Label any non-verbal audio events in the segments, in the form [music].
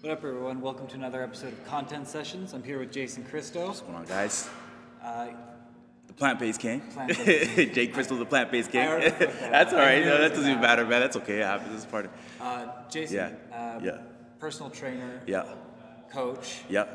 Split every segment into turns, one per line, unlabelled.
What up, everyone? Welcome to another episode of Content Sessions. I'm here with Jason Christo.
What's going on, guys?
Uh,
The plant based king. [laughs]
Plant-based
Jake Crystal's the plant based king.
already fucked that
[laughs] That's
up.
all
I
right.
knew it
No,
was
that doesn't even
bad.
matter, man. That's okay. It happens. It's part of
uh, Jason,
Yeah.
uh,
Yeah.
personal trainer,
Yeah.
coach,
Yeah.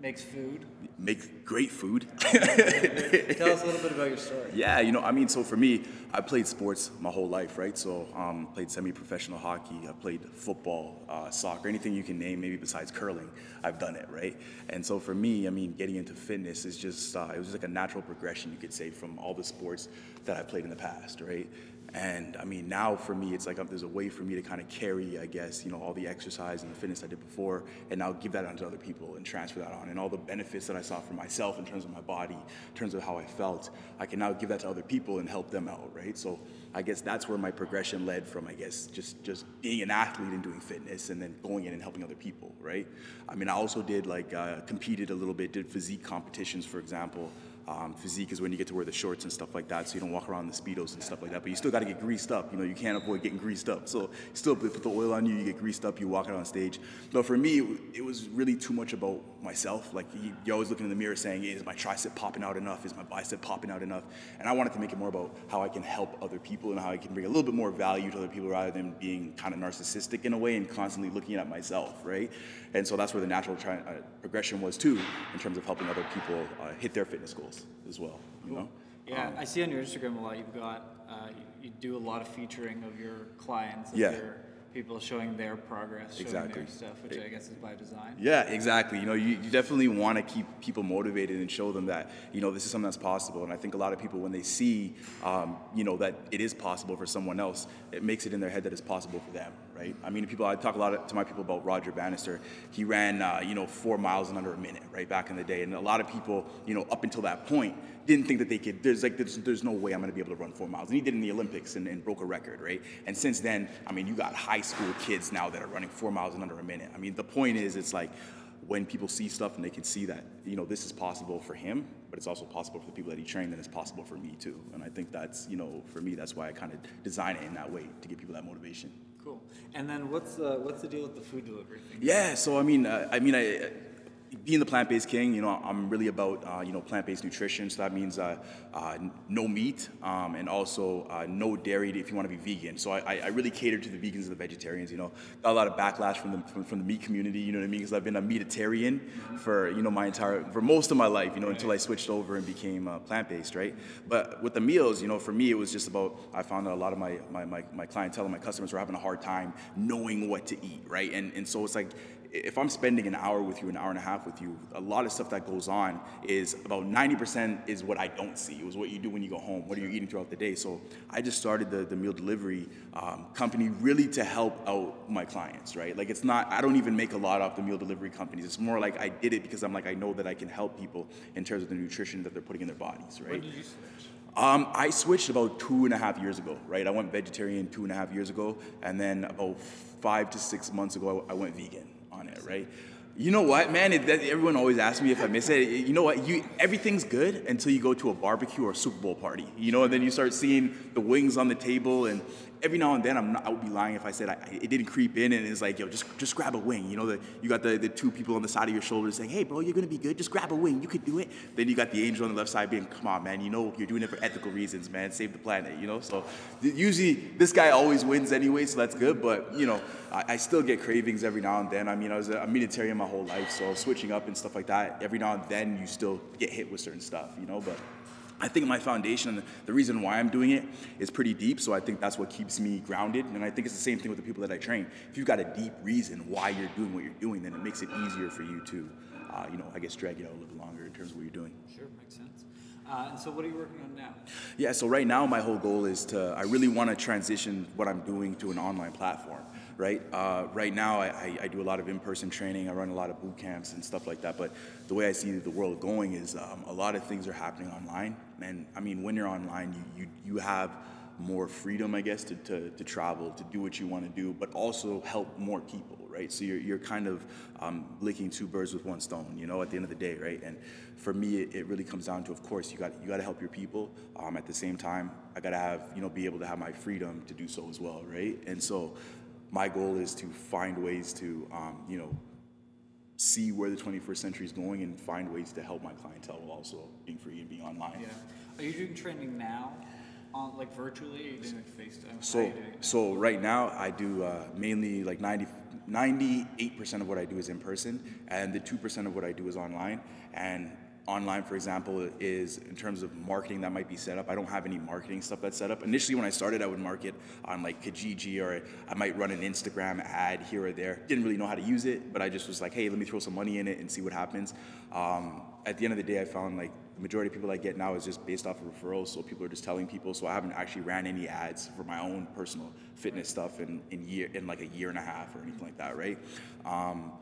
makes food.
Make great food.
[laughs] Tell us a little bit about your story.
Yeah, you know, I mean, so for me, I played sports my whole life, right? So um, played semi-professional hockey, I played football, uh, soccer, anything you can name, maybe besides curling, I've done it, right? And so for me, I mean, getting into fitness is just, uh, it was like a natural progression, you could say, from all the sports that I played in the past, right? And I mean, now for me, it's like um, there's a way for me to kind of carry, I guess, you know, all the exercise and the fitness I did before, and now give that on to other people and transfer that on. And all the benefits that I saw for myself in terms of my body, in terms of how I felt, I can now give that to other people and help them out, right? So I guess that's where my progression led from, I guess, just just being an athlete and doing fitness and then going in and helping other people, right? I mean, I also did like uh, competed a little bit, did physique competitions, for example. Um, physique is when you get to wear the shorts and stuff like that, so you don't walk around in the speedos and stuff like that. But you still got to get greased up. You know, you can't avoid getting greased up. So you still put the oil on you, you get greased up, you walk out on stage. But for me, it was really too much about myself. Like you- you're always looking in the mirror saying, "Is my tricep popping out enough? Is my bicep popping out enough?" And I wanted to make it more about how I can help other people and how I can bring a little bit more value to other people rather than being kind of narcissistic in a way and constantly looking at myself, right? And so that's where the natural tri- uh, progression was too, in terms of helping other people uh, hit their fitness goals as well. You know?
Yeah, I see on your Instagram a lot. You've got uh, you, you do a lot of featuring of your clients, of
Yeah.
your people showing their progress, showing
Exactly.
their stuff, which I guess is by design.
Yeah, exactly. You know, you, you definitely want to keep people motivated and show them that, you know, this is something that's possible. And I think a lot of people, when they see, um, you know, that it is possible for someone else, it makes it in their head that it's possible for them, right? I mean, people, I talk a lot to my people about Roger Bannister. He ran, uh, you know, four miles in under a minute, right, back in the day. And a lot of people, you know, up until that point, didn't think that they could, there's like, there's, there's no way I'm going to be able to run four miles. And he did it in the Olympics and, and broke a record, right? And since then, I mean, you got high school kids now that are running four miles in under a minute. I mean, the point is, it's like, when people see stuff and they can see that you know this is possible for him but it's also possible for the people that he trained and it's possible for me too and i think that's you know for me that's why i kind of design it in that way to give people that motivation
Cool. And then what's uh, what's the deal with the food delivery thing?
Yeah, so I mean, uh, I mean, I, being the plant-based king, you know, I'm really about uh, you know plant-based nutrition. So that means uh, uh, no meat um, and also uh, no dairy if you want to be vegan. So I, I- I really cater to the vegans and the vegetarians. You know, got a lot of backlash from the from, from the meat community. You know what I mean? Because I've been a meatitarian for you know my entire for most of my life. You know, until I switched over and became uh, plant-based, right? But with the meals, you know, for me it was just about I found that a lot of my my, my, my clientele and my customers were having a hard time knowing what to eat, right? And and so it's like if I'm spending an hour with you, an hour and a half with you, a lot of stuff that goes on is about 90% is what I don't see. It was what you do when you go home. What are you eating throughout the day? So I just started the, the meal delivery um, company really to help out my clients, right? Like it's not, I don't even make a lot off the meal delivery companies. It's more like I did it because I'm like, I know that I can help people in terms of the nutrition that they're putting in their bodies, right?
When did you switch?
Um, I switched about two and a half years ago, right? I went vegetarian two and a half years ago, and then about five to six months ago, I, I went vegan on it, right? You know what, man? It, that, everyone always asks me if I miss it. You know what? You everything's good until you go to a barbecue or a Super Bowl party, you know, and then you start seeing the wings on the table and. Every now and then, I'm not, I would be lying if I said I, I- it didn't creep in, and it's like, yo, just just grab a wing. You know, the, you got the, the two people on the side of your shoulder saying, hey, bro, you're gonna be good. Just grab a wing. You could do it. Then you got the angel on the left side being, come on, man. You know, you're doing it for ethical reasons, man. Save the planet. You know. So th- usually this guy always wins anyway, so that's good. But you know, I, I still get cravings every now and then. I mean, I was a, a vegetarian my whole life, so switching up and stuff like that. Every now and then, you still get hit with certain stuff. You know, but. I think my foundation and the reason why I'm doing it is pretty deep, so I think that's what keeps me grounded. And I think it's the same thing with the people that I train. If you've got a deep reason why you're doing what you're doing, then it makes it easier for you to, uh, you know, I guess drag it out a little bit longer in terms of what you're doing.
Sure, makes sense. Uh, and so, what are you working on now?
Yeah, so right now my whole goal is to, I really want to transition what I'm doing to an online platform, right? Uh, right now I, I, I do a lot of in-person training, I run a lot of boot camps and stuff like that, but the way I see the world going is um, a lot of things are happening online. And I mean, when you're online, you, you, you have more freedom, I guess, to, to, to travel, to do what you want to do, but also help more people, right? So you're, you're kind of um, licking two birds with one stone, you know, at the end of the day, right? And for me, it, it really comes down to, of course, you got you got to help your people. Um, at the same time, I got to have, you know, be able to have my freedom to do so as well, right? And so my goal is to find ways to, um, you know, see where the 21st century is going and find ways to help my clientele while also being free and being online.
Yeah. Are you doing training now, on like virtually? Or are you doing like FaceTime? How are
So,
you doing it?
so right now I do uh, mainly like 90, 98% of what I do is in person and the 2% of what I do is online. And online, for example, is in terms of marketing that might be set up. I don't have any marketing stuff that's set up. Initially when I started, I would market on like Kijiji or I might run an Instagram ad here or there. Didn't really know how to use it, but I just was like, hey, let me throw some money in it and see what happens. Um, at the end of the day, I found like the majority of people I get now is just based off of referrals. So people are just telling people. So I haven't actually ran any ads for my own personal fitness stuff in, in year in like a year and a half or anything like that, right? Um,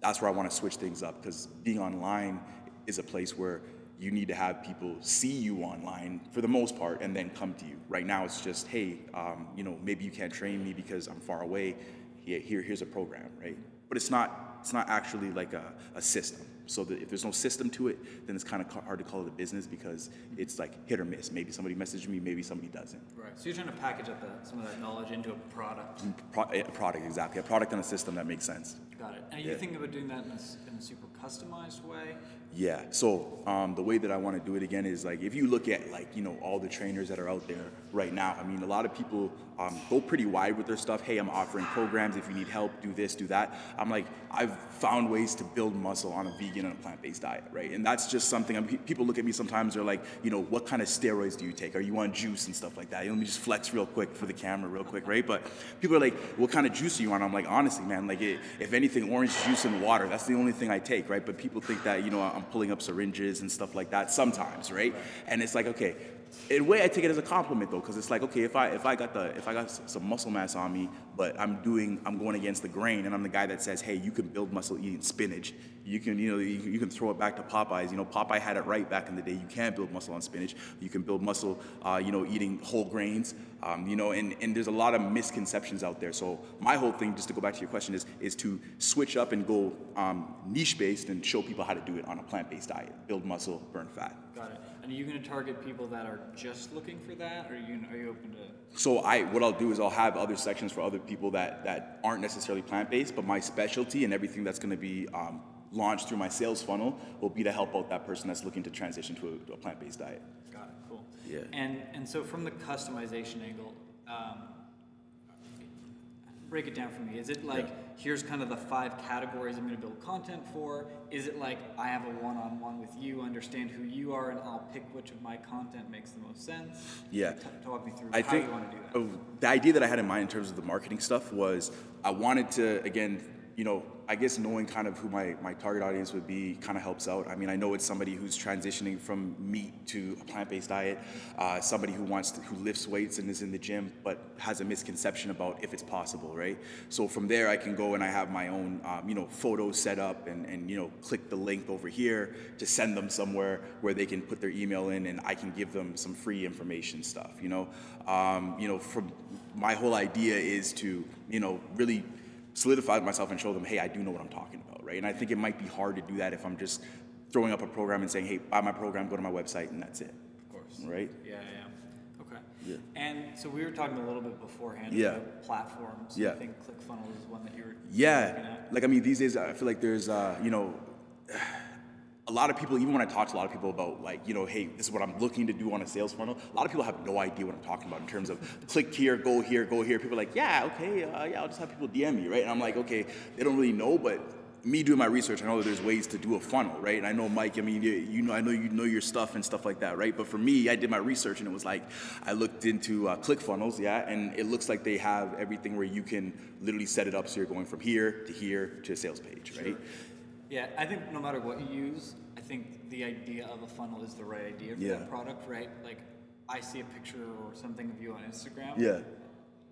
that's where I want to switch things up because being online is a place where you need to have people see you online for the most part and then come to you. Right now, it's just hey, um, you know, maybe you can't train me because I'm far away. Here, here here's a program, right? But it's not it's not actually like a, a system. So that if there's no system to it, then it's kind of ca- hard to call it a business because it's like hit or miss. Maybe somebody messaged me, maybe somebody doesn't.
Right. So you're trying to package up that, some of that knowledge into a product.
Pro- a product, exactly. A product and a system that makes sense.
Got it. And are you thinking about doing that in a, s- in a super customized way?
Yeah. So um, the way that I want to do it again is like if you look at like you know all the trainers that are out there right now. I mean, a lot of people um, go pretty wide with their stuff. Hey, I'm offering programs. If you need help, do this, do that. I'm like, I've found ways to build muscle on a vegan and a plant-based diet, right? And that's just something. I mean, people look at me sometimes. They're like, you know, what kind of steroids do you take? Are you on juice and stuff like that? Let me just flex real quick for the camera, real quick, right? But people are like, what kind of juice are you on? I'm like, honestly, man, like it, if anything, orange juice and water. That's the only thing I take, right? But people think that you know I'm pulling up syringes and stuff like that sometimes, right? And it's like, okay. In a way, I take it as a compliment though, because it's like, okay, if I if I got the if I got s- some muscle mass on me, but I'm doing I'm going against the grain, and I'm the guy that says, hey, you can build muscle eating spinach. You can you know you you can throw it back to Popeyes. You know Popeye had it right back in the day. You can build muscle on spinach. You can build muscle, uh, you know, eating whole grains. Um, you know, and, and there's a lot of misconceptions out there. So my whole thing, just to go back to your question, is is to switch up and go um, niche based and show people how to do it on a plant based diet, build muscle, burn fat.
Got it. And are you going to target people that are just looking for that, or are you are you open to?
So I what I'll do is I'll have other sections for other people that that aren't necessarily plant based, but my specialty and everything that's going to be um, launched through my sales funnel will be to help out that person that's looking to transition to a, to a plant based diet.
Got it. Cool.
Yeah.
And and so from the customization angle, um, break it down for me. Is it like
Yeah.
here's kind of the five categories I'm going to build content for? Is it like I have a one-on-one with you, understand who you are, and I'll pick which of my content makes the most sense?
Yeah.
T- talk me through
I
how
think
you want to do that.
uh, the idea that I had in mind in terms of the marketing stuff was I wanted to again, you know, I guess knowing kind of who my my target audience would be kind of helps out. I mean, I know it's somebody who's transitioning from meat to a plant-based diet, uh, somebody who wants to, who lifts weights and is in the gym, but has a misconception about if it's possible, right? So from there, I can go and I have my own, um, you know, photo set up and and you know, click the link over here to send them somewhere where they can put their email in and I can give them some free information stuff, you know. Um, you know, from my whole idea is to, you know, really solidify myself and show them, hey, I do know what I'm talking about, right? And I think it might be hard to do that if I'm just throwing up a program and saying, hey, buy my program, go to my website, and that's it,
Of course.
right?
Yeah, yeah. Okay.
Yeah.
And so we were talking a little bit beforehand
Yeah.
about platforms.
Yeah.
I think ClickFunnels is one that you were looking
Yeah,
at.
like I mean, these days I feel like there's, uh, you know, a lot of people. Even when I talk to a lot of people about like, you know, hey, this is what I'm looking to do on a sales funnel. A lot of people have no idea what I'm talking about in terms of click here, go here, go here. People are like, yeah, okay, uh, yeah, I'll just have people DM me, right? And I'm like, okay, they don't really know, but me doing my research, I know that there's ways to do a funnel, right? And I know Mike. I mean, you, you know, I know you know your stuff and stuff like that, right? But for me, I did my research and it was like, I looked into uh, ClickFunnels, yeah, and it looks like they have everything where you can literally set it up so you're going from here to here to a sales page, right?
Yeah, I think no matter what you use, I think the idea of a funnel is the right idea for
Yeah.
that product, right? Like, I see a picture or something of you on Instagram.
Yeah.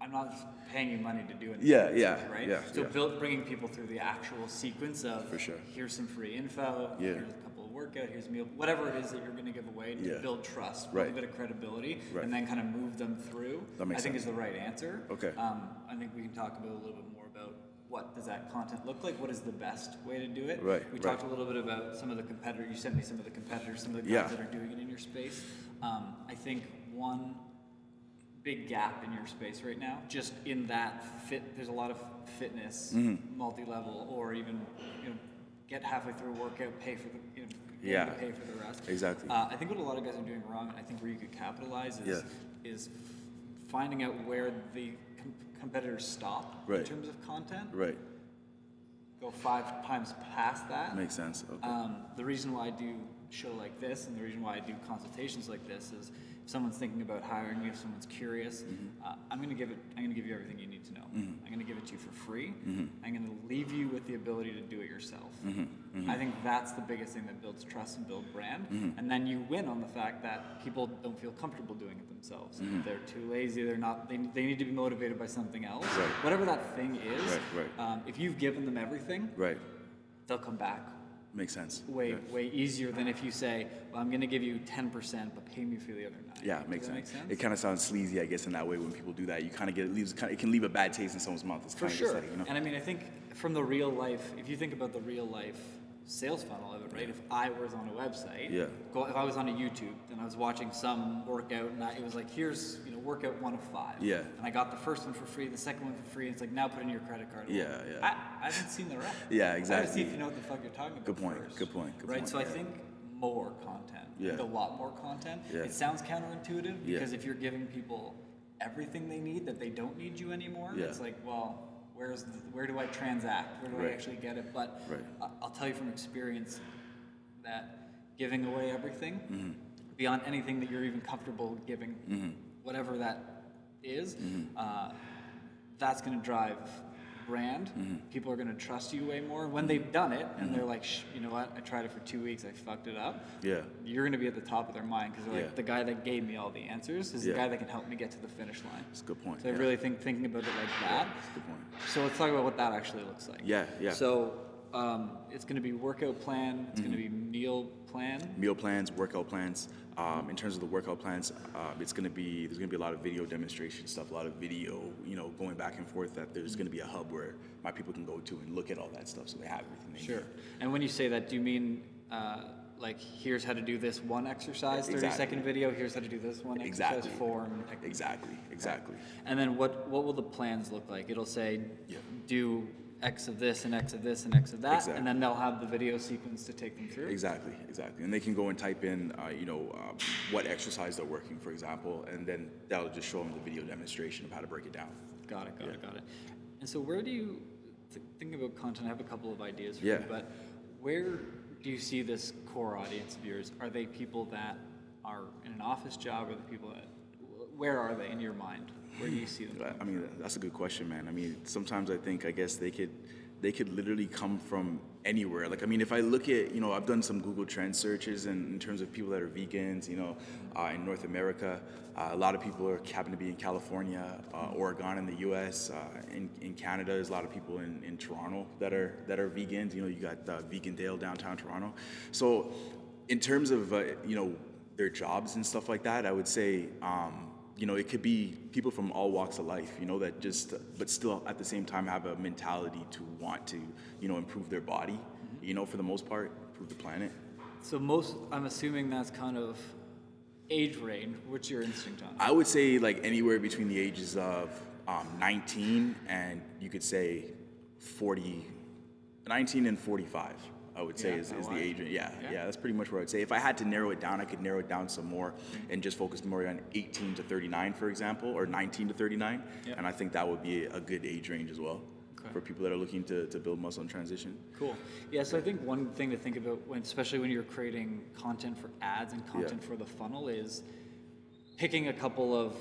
I'm not paying you money to do anything.
Yeah, yeah,
Right.
yeah,
so
yeah.
build, bringing people through the actual sequence of
For sure.
Here's some free info.
Yeah.
Here's a couple of workout. Here's a meal. Whatever it is that you're going to give away to
Yeah.
build trust, build
Right.
a bit of credibility,
Right.
and then kind of move them through.
That makes
I think
sense.
is the right answer.
Okay.
Um, I think we can talk about a little bit more about what does that content look like? What is the best way to do it?
Right,
We
right.
talked a little bit about some of the competitors. You sent me some of the competitors, some of the guys
Yeah.
that are doing it in your space. Um, I think one big gap in your space right now just
Mm-hmm.
in that fit there's a lot of fitness multi-level or even you know get halfway through a workout, pay for the you know,
Yeah.
pay for the rest.
Exactly.
Uh, I think what a lot of guys are doing wrong, and I think where you could capitalize is is finding out where the com- competitors stop in
Right.
terms of content.
Right.
Go five times past that.
Makes sense. Okay.
Um, the reason why I do show like this, and the reason why I do consultations like this, is if someone's thinking about hiring me, if someone's curious,
Mm-hmm.
uh, I'm going to give it. I'm going to give you everything you need to know. I'm going to give it to you for free.
Mm-hmm.
I'm going to leave you with the ability to do it yourself.
Mm-hmm.
I think that's the biggest thing that builds trust and build brand. And then you win on the fact that people don't feel comfortable doing it themselves.
Mm-hmm.
They're too lazy. They're not. They, they need to be motivated by something else.
Right.
Whatever that thing is.
Right, right.
Um, if you've given them everything,
right.
they'll come back
Makes sense.
way
Yeah.
way easier than if you say, well, "I'm going to give you 10 percent, but pay me for the other nine.
Yeah,
Does
makes
that
sense.
Make sense?
It kind of sounds sleazy, I guess, in that way. When people do that, you kind of get it leaves. Kinda, it can leave a bad taste in someone's mouth. It's
for
kind of
sure.
you know?
And I mean, I think from the real life, if you think about the real life sales funnel of it, right? If I was on a website,
Yeah.
go, if I was on a YouTube and I was watching some workout, and I, it was like, "Here's you know workout one of five.
Yeah.
And I got the first one for free, the second one for free. And it's like now put in your credit card. Well,
Yeah, yeah.
I, I haven't seen the rest.
Yeah,
I want to see
exactly.
if you know what the fuck you're talking about.
Good point,
first.
good point, good
right.
point,
So I
yeah.
think more content.
Yeah.
Like, A lot more content.
Yeah.
It sounds counterintuitive
Yeah.
because if you're giving people everything they need that they don't need you anymore,
Yeah.
it's like, well, where's the, where do I transact? Where do
Right.
I actually get it? But
Right.
I- I'll tell you from experience that giving away everything
Mm-hmm.
beyond anything that you're even comfortable giving, whatever that is,
Mm-hmm.
uh, that's going to drive brand.
Mm-hmm.
People are going to trust you way more when they've done it, and they're like, Shh, you know what? I tried it for two weeks, I fucked it up.
Yeah.
You're going to be at the top of their mind because they're like,
Yeah.
the guy that gave me all the answers is
Yeah.
the guy that can help me get to the finish line.
It's a good point.
So I
yeah.
really think thinking about it like that.
Good point.
So let's talk about what that actually looks like.
Yeah, yeah.
So um, it's going to be workout plan. It's going to be
Mm-hmm.
meal plan.
meal plans, workout plans. Um, in terms of the workout plans, um, it's gonna be there's gonna be a lot of video demonstration stuff, a lot of video, you know, going back and forth. That there's gonna be a hub where my people can go to and look at all that stuff, so they have everything they need.
Sure. And when you say that, do you mean uh, like here's how to do this one exercise, thirty second
Exactly.
video. Here's how to do this one
Exactly.
exercise, form, technique?
Exactly. Exactly.
And then what what will the plans look like? It'll say
Yeah.
do X of this and X of this and X of that,
Exactly.
and then they'll have the video sequence to take them through.
Exactly, exactly. And they can go and type in, uh, you know, um, what exercise they're working, for example, and then that'll just show them the video demonstration of how to break it down.
Got it, got it,
Yeah.
got it. And so, where do you th- think about content? I have a couple of ideas for you,
Yeah.
but where do you see this core audience of yours? Are they people that are in an office job? Are the people that where are they in your mind? Where do you see
[sighs]
them?
I- I mean, that's a good question, man. I mean, sometimes I think, I guess they could, they could literally come from anywhere. Like, I mean, if I look at, you know, I've done some Google Trend searches, and in terms of people that are vegans, you know, uh, in North America, uh, a lot of people are happen to be in California, uh, Oregon, in the U.S., uh, in, in Canada. There's a lot of people in, in Toronto that are that are vegans. You know, you got uh, Vegan Dale downtown Toronto. So, in terms of, uh, you know. Their jobs and stuff like that. I would say um, you know, it could be people from all walks of life, you know, that just, but still at the same time have a mentality to want to, you know, improve their body, you know, for the most part, improve the planet.
So, most I'm assuming that's kind of age range. What's your instinct on? it?
I would say like anywhere between the ages of um, 19 and you could say 40, 19 and 45. I would say
Yeah,
is,
that
is the
wide.
age. Yeah,
Yeah.
yeah, that's pretty much what I'd say. If I had to narrow it down, I could narrow it down some more and just focus more on 18 to 39, for example, or 19 to 39.
Yeah.
And I think that would be a good age range as well
Okay.
for people that are looking to, to build muscle and transition.
Cool. Yeah, so I think one thing to think about, when, especially when you're creating content for ads and content for the funnel, is picking a couple of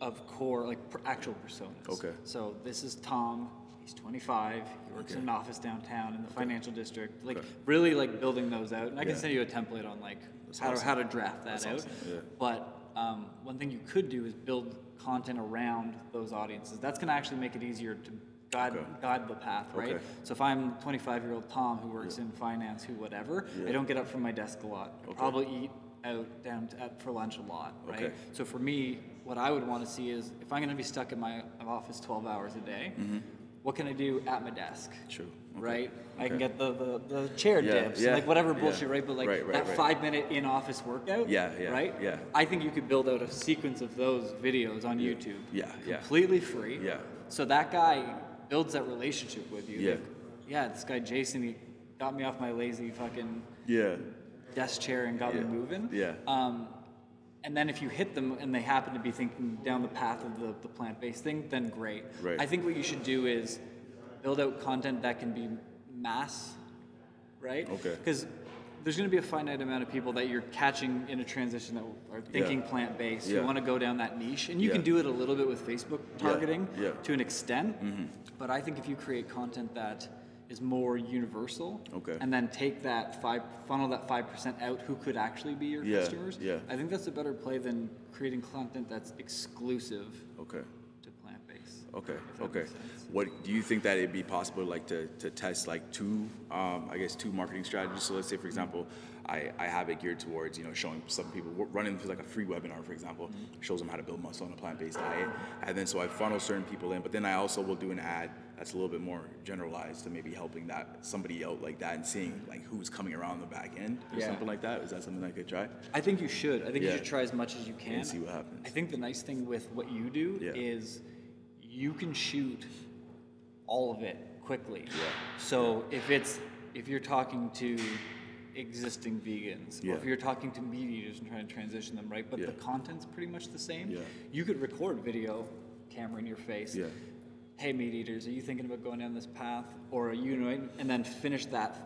of core, like per, actual personas.
Okay.
So this is Tom. He's 25. He works in
Okay.
an office downtown in the financial district. Like
Okay.
really, like building those out. And I can
Yeah.
send you a template on like
That's
how to,
awesome.
how to draft that
That's
out.
awesome, yeah.
But um, one thing you could do is build content around those audiences. That's going to actually make it easier to guide
Okay.
guide the path, right?
Okay.
So if I'm 25 year old Tom who works in finance, who whatever, I
Yeah.
don't get up from my desk a lot. I
Okay.
probably eat out down to, out for lunch a lot, right?
Okay.
So for me, what I would want to see is if I'm going to be stuck in my office 12 hours a day,
Mm-hmm.
what can I do at my desk?
True. Okay.
Right, I can
Okay.
get the, the, the chair
Yeah,
dips, and,
yeah,
like whatever
yeah.
bullshit, right? But like
Right, right,
that
right.
five minute in office workout,
Yeah, yeah,
right,
yeah.
I think you could build out a sequence of those videos on YouTube,
Yeah, yeah.
completely free,
Yeah.
so that guy builds that relationship with you.
Yeah.
Like, yeah, this guy Jason, he got me off my lazy fucking
Yeah.
desk chair and got
Yeah.
me moving.
Yeah.
Um, and then if you hit them and they happen to be thinking down the path of the, the plant based thing, then great.
Right.
I think what you should do is build out content that can be mass, right?
Okay.
Because there's going to be a finite amount of people that you're catching in a transition that are thinking
Yeah.
plant based.
Yeah.
You want to go down that niche, and you
Yeah.
can do it a little bit with Facebook targeting
Yeah.
to an extent.
Mm-hmm.
But I think if you create content that is more universal,
Okay.
and then take that five funnel that five percent out who could actually be your
Yeah,
customers.
yeah.
I think that's a better play than creating content that's exclusive
Okay.
to plant based.
Okay.
If that
Okay.
makes sense.
What do you think that it'd be possible, like, to, to test like two, um, I guess, two marketing strategies? So let's say, for example, I, I have it geared towards you know showing some people we're running through like a free webinar, for example, shows them how to build muscle on a plant-based diet, and then so I funnel certain people in, but then I also will do an ad that's a little bit more generalized to maybe helping that somebody out like that and seeing like who's coming around the back end or
Yeah.
something like that. Is that something I could try?
I think you should. I think
Yeah.
you should try as much as you can.
see what happens.
I think the nice thing with what you do
Yeah.
is you can shoot all of it quickly. So if it's if you're talking to existing vegans
Yeah.
or if you're talking to meat eaters and trying to transition them right, but
Yeah.
the content's pretty much the same.
Yeah.
You could record video, camera in your face.
Yeah.
Hey meat eaters, are you thinking about going down this path? Or are you annoyed? And then finish that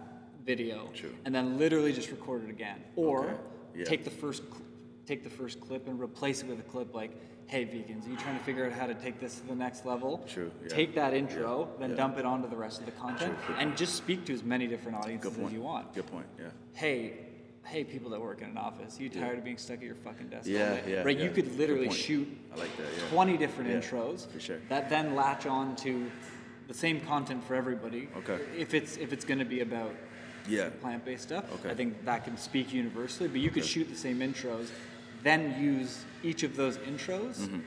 video.
True.
And then literally just record it again. Or
Okay. Yeah.
take the first cl- take the first clip and replace it with a clip like, "Hey vegans, are you trying to figure out how to take this to the next level?"
True, yeah.
Take that intro, then
yeah.
dump it onto the rest of the content,
True, good
and just speak to as many different
Good
audiences
point.
as you want.
Good point. Yeah.
Hey. Hey, people that work in an office, you tired of being stuck at your fucking desk? all
Yeah,
day?
yeah,
Right,
yeah.
you could
Good
literally
point.
shoot
I like that, yeah.
20 different
Yeah,
intros
for sure.
that then latch on to the same content for everybody.
Okay.
If it's if it's going to be about
Yeah.
plant-based stuff.
Okay.
I think that can speak universally, but you could shoot the same intros, then use each of those intros
Mm-hmm.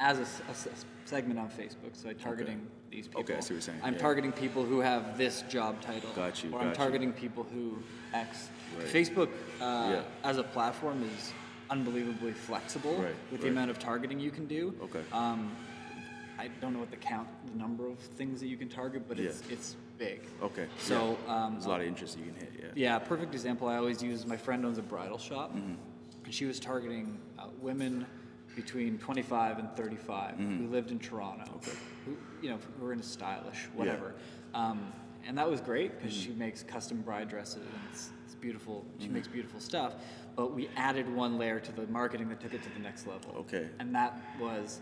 as a, s- a s- segment on Facebook. So I'm targeting these people.
Okay, I see what you're saying,
I'm
yeah.
targeting people who have this job title.
Got you,
Or
got
I'm
you.
targeting people who X.
Right.
Facebook uh,
Yeah.
as a platform is unbelievably flexible
Right,
with the
right.
amount of targeting you can do.
Okay.
Um, I don't know what the count, the number of things that you can target, but
Yeah.
it's it's big.
Okay.
So
yeah.
um,
there's a lot of interest you can hit. Yeah.
yeah, perfect example I always use. My friend owns a bridal shop,
Mm-hmm.
and she was targeting uh, women between 25 and 35
Mm-hmm.
who lived in Toronto, who you know who were in a stylish, whatever. Um, and that was great because
Mm-hmm.
she makes custom bride dresses and it's, it's beautiful. She makes beautiful stuff. But we added one layer to the marketing that took it to the next level.
Okay.
And that was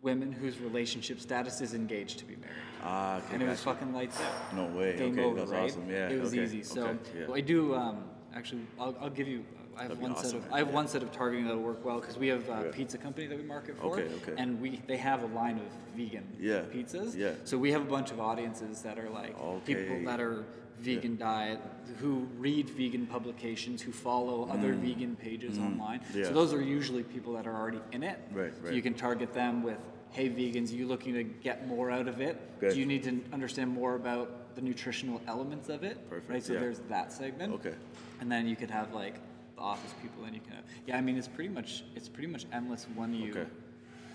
women whose relationship status is engaged to be married.
Ah, okay,
and it was
gotcha.
fucking lights out.
No way.
Game
okay,
over,
that's
right?
awesome. Yeah.
it was
okay,
easy. So
okay, yeah.
well, I do um, actually. I'll, I'll give you. I have
That'd be
one
awesome,
set of.
man.
I have
Yeah.
one set of targeting that'll work well because we have a
Yeah.
pizza company that we market for,
Okay, okay.
and we they have a line of vegan
Yeah,
pizzas.
yeah.
So we have a bunch of audiences that are like
Okay.
people that are vegan diet, who read vegan publications, who follow other vegan pages online.
Mm. Yeah.
So those are usually people that are already in it.
Right,
So
right.
you can target them with. Hey vegans, you looking to get more out of it?
Good.
Do you need to understand more about the nutritional elements of it?
Perfect,
Right. So
yeah.
there's that segment.
Okay.
And then you could have like the office people, and you can have yeah. I mean, it's pretty much it's pretty much endless when you
Okay.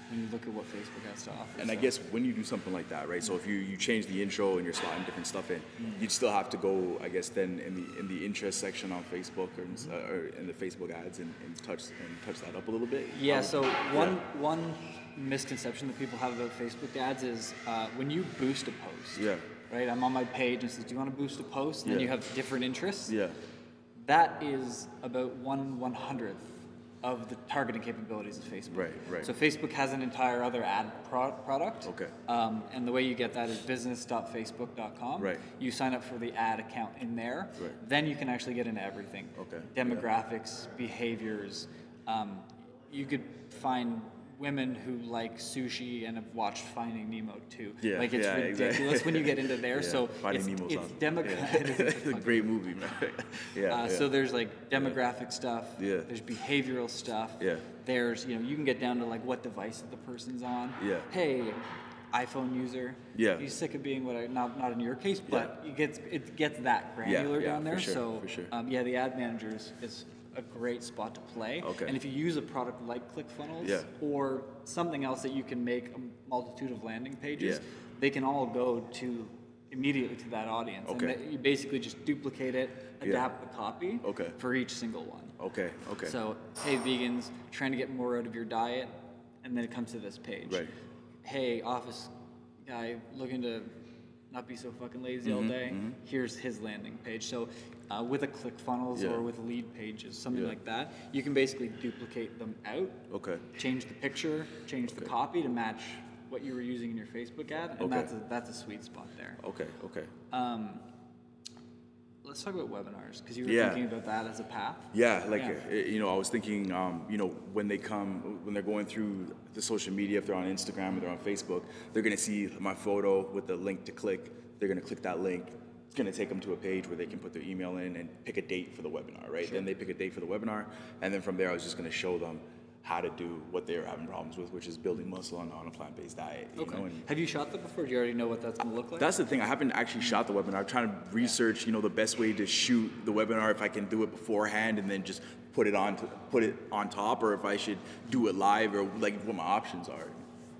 when you look at what Facebook has to offer.
and I
so.
guess when you do something like that, right? So if you, you change the intro and you're slotting different stuff in,
Mm.
you'd still have to go, I guess, then in the in the interest section on Facebook or, in
Mm-hmm.
s- uh, or in the Facebook ads and, and touch and touch that up a little bit.
Yeah.
Um,
So one one misconception that people have about Facebook ads is uh, when you boost a post.
Yeah.
Right. I'm on my page and it says, "Do you want to boost a post?" And then
Yeah.
you have different interests.
Yeah.
That is about one one hundredth of the targeting capabilities of Facebook.
Right, right.
So Facebook has an entire other ad pro- product.
Okay.
Um, and the way you get that is business.facebook.com.
Right.
You sign up for the ad account in there.
Right.
Then you can actually get into everything.
Okay, yeah.
Demographics, behaviors. Um, you could find women who like sushi and have watched Finding Nemo too.
Yeah,
Like it's
yeah, exactly.
ridiculous when you get
[laughs]
into there.
Yeah,
So
Finding
it's,
Nemo's
it's [laughs]
awesome.
demographic.
[laughs] Yeah. It's a great movie, man. yeah,
Uh,
yeah.
So there's like demographic stuff.
Yeah.
There's behavioral stuff.
Yeah.
There's you know you can get down to like what device the person's on.
Yeah.
Hey, iPhone user.
Yeah.
You're sick of being what I not not in your case, but it gets it gets that granular
yeah,
down
for
there.
sure,
so
for sure.
Um, yeah, the ad manager is, is a great spot to play.
Okay.
And if you use a product like ClickFunnels
Yeah.
or something else that you can make a multitude of landing pages,
Yeah.
they can all go to immediately to that audience.
Okay.
And that you basically just duplicate it,
Yeah.
adapt the copy
Okay.
for each single one.
Okay. Okay.
So, hey vegans, trying to get more out of your diet, and then it comes to this page.
Right.
Hey office guy, looking to not be so fucking lazy
Mm-hmm,
all day. Here's his landing page. So, uh, with a ClickFunnels
Yeah.
or with lead pages, something
Yeah.
like that, you can basically duplicate them out,
okay.
change the picture, change the
Okay.
copy to match what you were using in your Facebook ad, and
Okay.
that's a, that's a sweet spot there.
Okay. Okay.
Let's talk about webinars because you were
Yeah.
thinking about that as a path.
Yeah, like
Yeah.
uh, you know, I was thinking, um, you know, when they come, when they're going through the social media, if they're on Instagram or they're on Facebook, they're gonna see my photo with the link to click. They're gonna click that link. It's gonna take them to a page where they can put their email in and pick a date for the webinar, right? Then they pick a date for the webinar, and then from there, I was just gonna show them how to do what they were having problems with, which is building muscle on, on a plant-based diet. You
Okay.
know? and-
Have you shot that before? Do you already know what that's gonna look like?
that's the thing. I haven't actually shot the webinar. I'm trying to research, you know, the best way to shoot the webinar if I can do it beforehand and then just put it on to, put it on top, or if I should do it live, or like what my options are.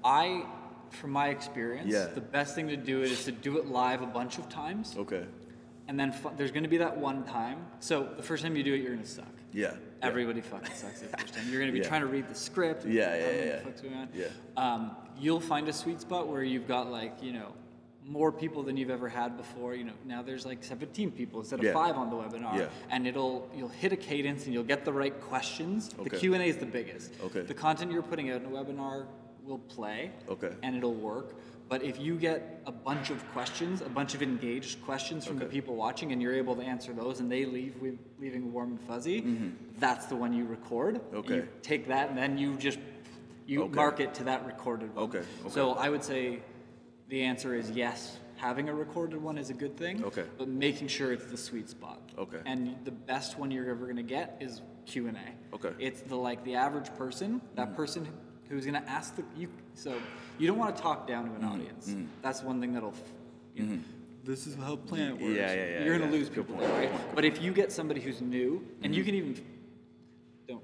I, from my experience,
Yeah.
the best thing to do is to do it live a bunch of times,
Okay.
and then fu- there's going to be that one time. So the first time you do it, you're going to suck.
Yeah.
Everybody fucking sucks the first time. You're going to be
[laughs] Yeah.
trying to read the script. and
Yeah,
I don't
yeah,
know what
yeah.
the fuck's going on.
Yeah.
Um, you'll find a sweet spot where you've got like you know more people than you've ever had before. You know now there's like 17 people instead of
Yeah.
five on the webinar,
Yeah.
and it'll you'll hit a cadence and you'll get the right questions. The
Okay.
Q and A is the biggest.
Okay.
The content you're putting out in a webinar will play.
Okay.
And it'll work. But if you get a bunch of questions, a bunch of engaged questions from the
Okay.
people watching, and you're able to answer those, and they leave with leaving warm and fuzzy, that's the one you record.
Mm-hmm. Okay.
You take that, and then you just you
Okay.
mark it to that recorded one.
Okay,
So I would say the answer is yes. Having a recorded one is a good thing.
Okay.
But making sure it's the sweet spot.
Okay.
And the best one you're ever going to get is Q and A.
Okay. Mm.
It's the like the average person, that person who's gonna ask the you. So you don't want to talk down to
Mm,
an audience. That's one thing that'll. f- You know, This is how plant works.
Yeah, Mm-hmm. yeah, yeah,
You're
yeah.
gonna lose
Good
people,
point, Mm-hmm.
there,
good
right? But if you get somebody who's new, and you can even don't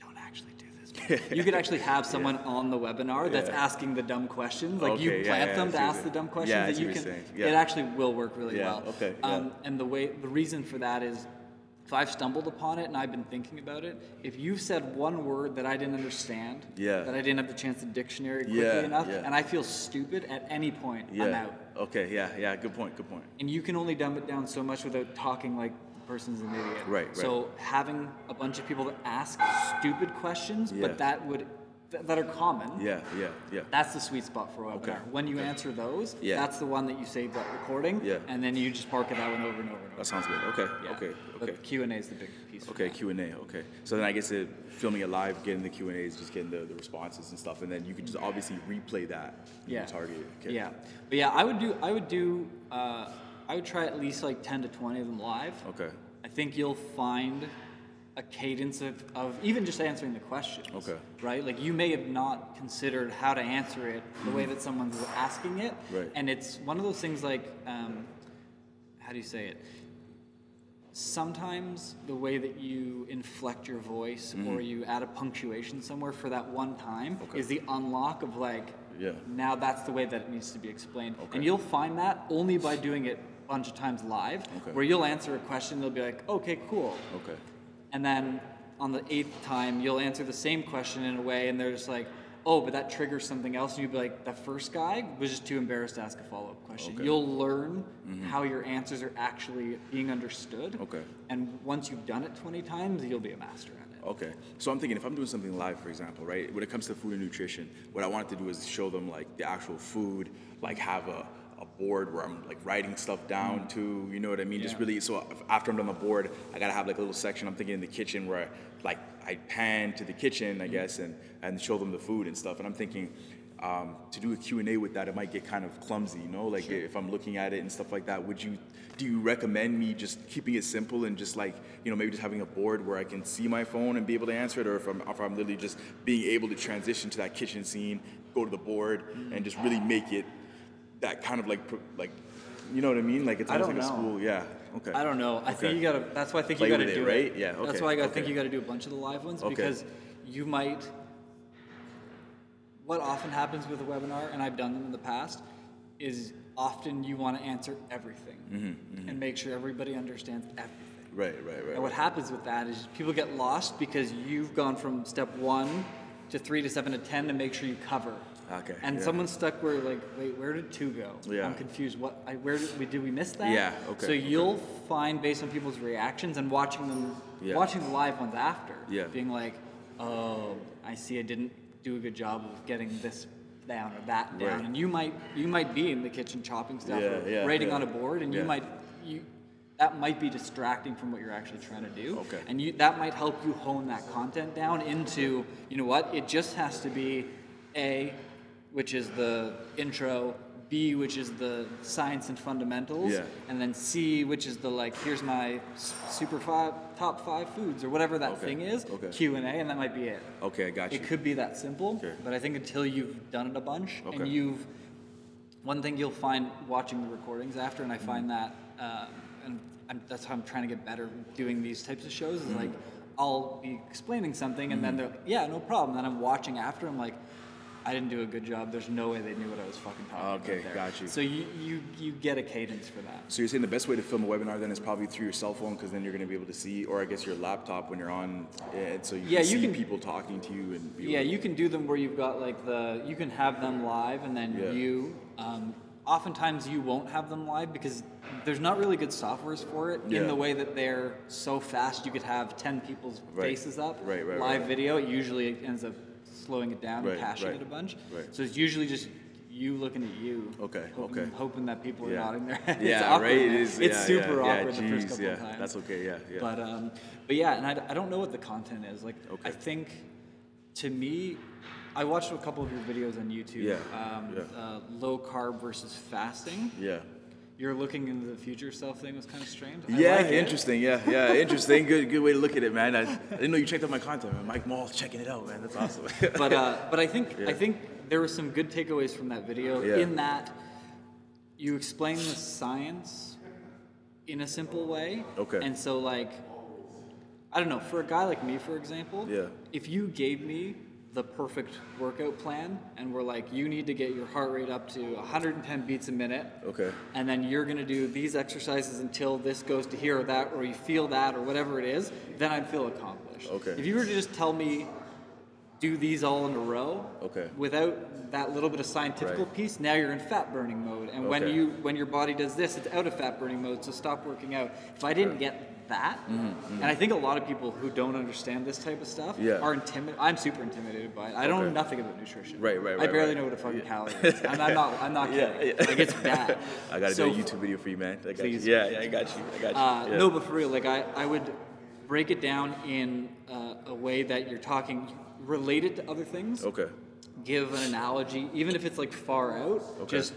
don't actually do this. but
[laughs]
You could actually have someone on the webinar that's
Yeah.
asking the dumb questions. Like you
Okay, yeah,
plant
yeah,
them
I
to
see what
ask
you're-
the dumb
yeah, I
questions that
see
you
what
can.
you're saying. Yeah.
It actually will work really
Yeah,
well.
okay, yeah.
Um, and the way the reason for that is if I've stumbled upon it and I've been thinking about it, if you've said one word that I didn't understand,
Yeah.
that I didn't have the chance to dictionary quickly
Yeah,
enough,
yeah.
and I feel stupid at any point,
Yeah.
I'm out.
Okay. Yeah. Yeah. Good point. Good point.
And you can only dumb it down so much without talking like the person's an idiot.
Right, right.
So having a bunch of people that ask stupid questions,
Yeah.
but that would that that are common.
Yeah. Yeah. Yeah.
That's the sweet spot for a webinar.
Okay.
When you answer those,
Yeah.
that's the one that you save that recording,
Yeah.
and then you just market that one over and over and over.
That sounds good. Okay.
Yeah.
Okay.
But
Okay.
Q and A is the big piece. for
Okay,
that.
Q and A. Okay, so then I guess it, filming it live, getting the Q and A's, just getting the, the responses and stuff, and then you can just obviously replay that. when you
yeah.
Target. it. Okay.
Yeah, but yeah, I would do. I would do. Uh, I would try at least like ten to twenty of them live.
Okay.
I think you'll find a cadence of, of even just answering the questions.
Okay.
Right? Like you may have not considered how to answer it the way that someone's asking it.
Right.
And it's one of those things like, um, how do you say it? Sometimes the way that you inflect your voice or you add a punctuation somewhere for that one time
Mm-hmm. Okay.
is the unlock of like,
Yeah.
now that's the way that it needs to be explained.
Okay.
And you'll find that only by doing it a bunch of times live,
Okay.
where you'll answer a question, they'll be like, okay, cool.
Okay.
And then on the eighth time, you'll answer the same question in a way, and they're just like, oh, but that triggers something else. And you'll be like, the first guy was just too embarrassed to ask a follow up question.
Okay. Mm-hmm.
You'll learn how your answers are actually being understood.
Okay.
And once you've done it 20 times, you'll be a master at it.
Okay. So I'm thinking if I'm doing something live, for example, right? When it comes to food and nutrition, what I wanted to do is show them like the actual food, like have a, a board where I'm like writing stuff down to, you know what I mean? Just
Yeah.
really, so if- after I'm done the board, I gotta have like a little section. I'm thinking in the kitchen where I, like I pan to the kitchen, I guess, and and show them the food and stuff. And I'm thinking. Um, to do a Q&A with that, it might get kind of clumsy, you know, like if I'm looking at it and stuff like that, would you, do you recommend me just keeping it simple and just like, you know, maybe just having a board where I can see my phone and be able to answer it, or if I'm, if I'm literally just being able to transition to that kitchen scene, go to the board and just really make it that kind of like, pr- like, you know what I mean? Like it's
I
almost
don't
like a
know.
school, yeah, okay.
I don't know. I
Okay.
think you gotta. That's why I think
Play
you gotta
with it,
do
right?
it.
Yeah,
That's
okay,
why I gotta-
okay.
think you gotta do a bunch of the live ones
Okay.
because you might. What often happens with a webinar, and I've done them in the past, is often you want to answer everything
Mm-hmm,
and make sure everybody understands everything.
Right, right, right.
And what happens with that is people get lost because you've gone from step one to three to seven to ten to make sure you cover.
Okay,
And
yeah.
someone's stuck where like, wait, where did two go?
Yeah.
I'm confused. What? I, where did we? Did we miss that?
Yeah, okay,
So
okay.
you'll find based on people's reactions and watching them,
Yeah.
watching the live ones after,
Yeah.
being like, oh, I see, I didn't do a good job of getting this down or that down,
Right.
and you might you might be in the kitchen chopping stuff or
Yeah, yeah,
writing
yeah.
on a board, and you
Yeah.
might you that might be distracting from what you're actually trying to do.
Okay.
And you, that might help you hone that content down into, you know what, it just has to be A, which is the intro, B, which is the science and fundamentals,
Yeah.
and then C, which is the like, here's my s- super five, top five foods or whatever that
Okay,
thing is,
okay.
Q&A, and that might be it.
Okay, I got you.
It could be that simple,
Okay.
but I think until you've done it a bunch and
Okay.
you've one thing you'll find watching the recordings after, and I
Mm-hmm.
find that, um, and I'm, that's how I'm trying to get better doing these types of shows. Is like
Mm-hmm.
I'll be explaining something, and then they're like, yeah, no problem. Then I'm watching after, I'm like, I didn't do a good job. There's no way they knew what I was fucking talking
Okay,
about. there."
got you.
So you you you get a cadence for that.
So you're saying the best way to film a webinar then is probably through your cell phone because then you're going to be able to see, or I guess your laptop when you're on, and so you
Yeah,
can
you
see
can-
people talking to you and be
Yeah,
able
you can do them where you've got like the you can have them live, and then
Yeah.
you. Um, oftentimes, you won't have them live because there's not really good softwares for it
Yeah.
in the way that they're so fast. You could have ten people's
Right.
faces up,
Right, right,
live
right.
video. It usually ends up slowing it down
Right,
and caching
right,
it a bunch.
right.
So it's usually just. You looking at you,
Okay,
hoping,
okay.
hoping that people are
Yeah.
nodding their [laughs] heads. [laughs] it's
yeah,
awkward,
right. It
man.
is.
It's
yeah,
super
yeah,
awkward
yeah,
the first
jeez,
couple
yeah,
of times.
That's okay. Yeah, yeah.
But um, but yeah, and I, I don't know what the content is. Like I
Okay.
think to me, I watched a couple of your videos on YouTube.
Yeah,
Um,
yeah.
Uh, low carb versus fasting.
yeah.
Your looking into the future self thing was kind of strange. I
yeah,
like it.
interesting. Yeah,
[laughs]
yeah, interesting. Good, good way to look at it, man. I, I didn't know you checked out my content, man. Mike Mall checking it out, man. That's awesome. [laughs]
[laughs] But uh, but I think I
Yeah.
think there were some good takeaways from that video.
Yeah.
In that you explain the science in a simple way.
Okay.
And so like I don't know, for a guy like me, for example,
Yeah.
if you gave me the perfect workout plan and we're like, you need to get your heart rate up to 110 beats a minute.
Okay.
And then you're gonna do these exercises until this goes to here or that, or you feel that, or whatever it is, then I'd feel accomplished.
Okay.
If you were to just tell me, do these all in a row,
Okay.
without that little bit of scientific
Right.
piece, now you're in fat burning mode. And when
Okay.
you when your body does this, it's out of fat burning mode, so stop working out. If I didn't get that,
Mm-hmm,
and I think a lot of people who don't understand this type of stuff
Yeah.
are intimidated. I'm super intimidated by it. I don't know
Okay.
nothing about nutrition.
Right, right,
I
right,
barely
right.
know what a fucking calorie is. And I'm not
[laughs]
I'm not
Yeah,
kidding.
yeah.
Like it's bad.
[laughs] I gotta
So
do a YouTube video for you, man. I got
Please.
You. Yeah, yeah, I got you. I got you.
uh,
yeah.
No, but for real, like I, I would break it down in uh, a way that you're talking related to other things.
Okay.
Give an analogy, even if it's like far out.
Okay.
Just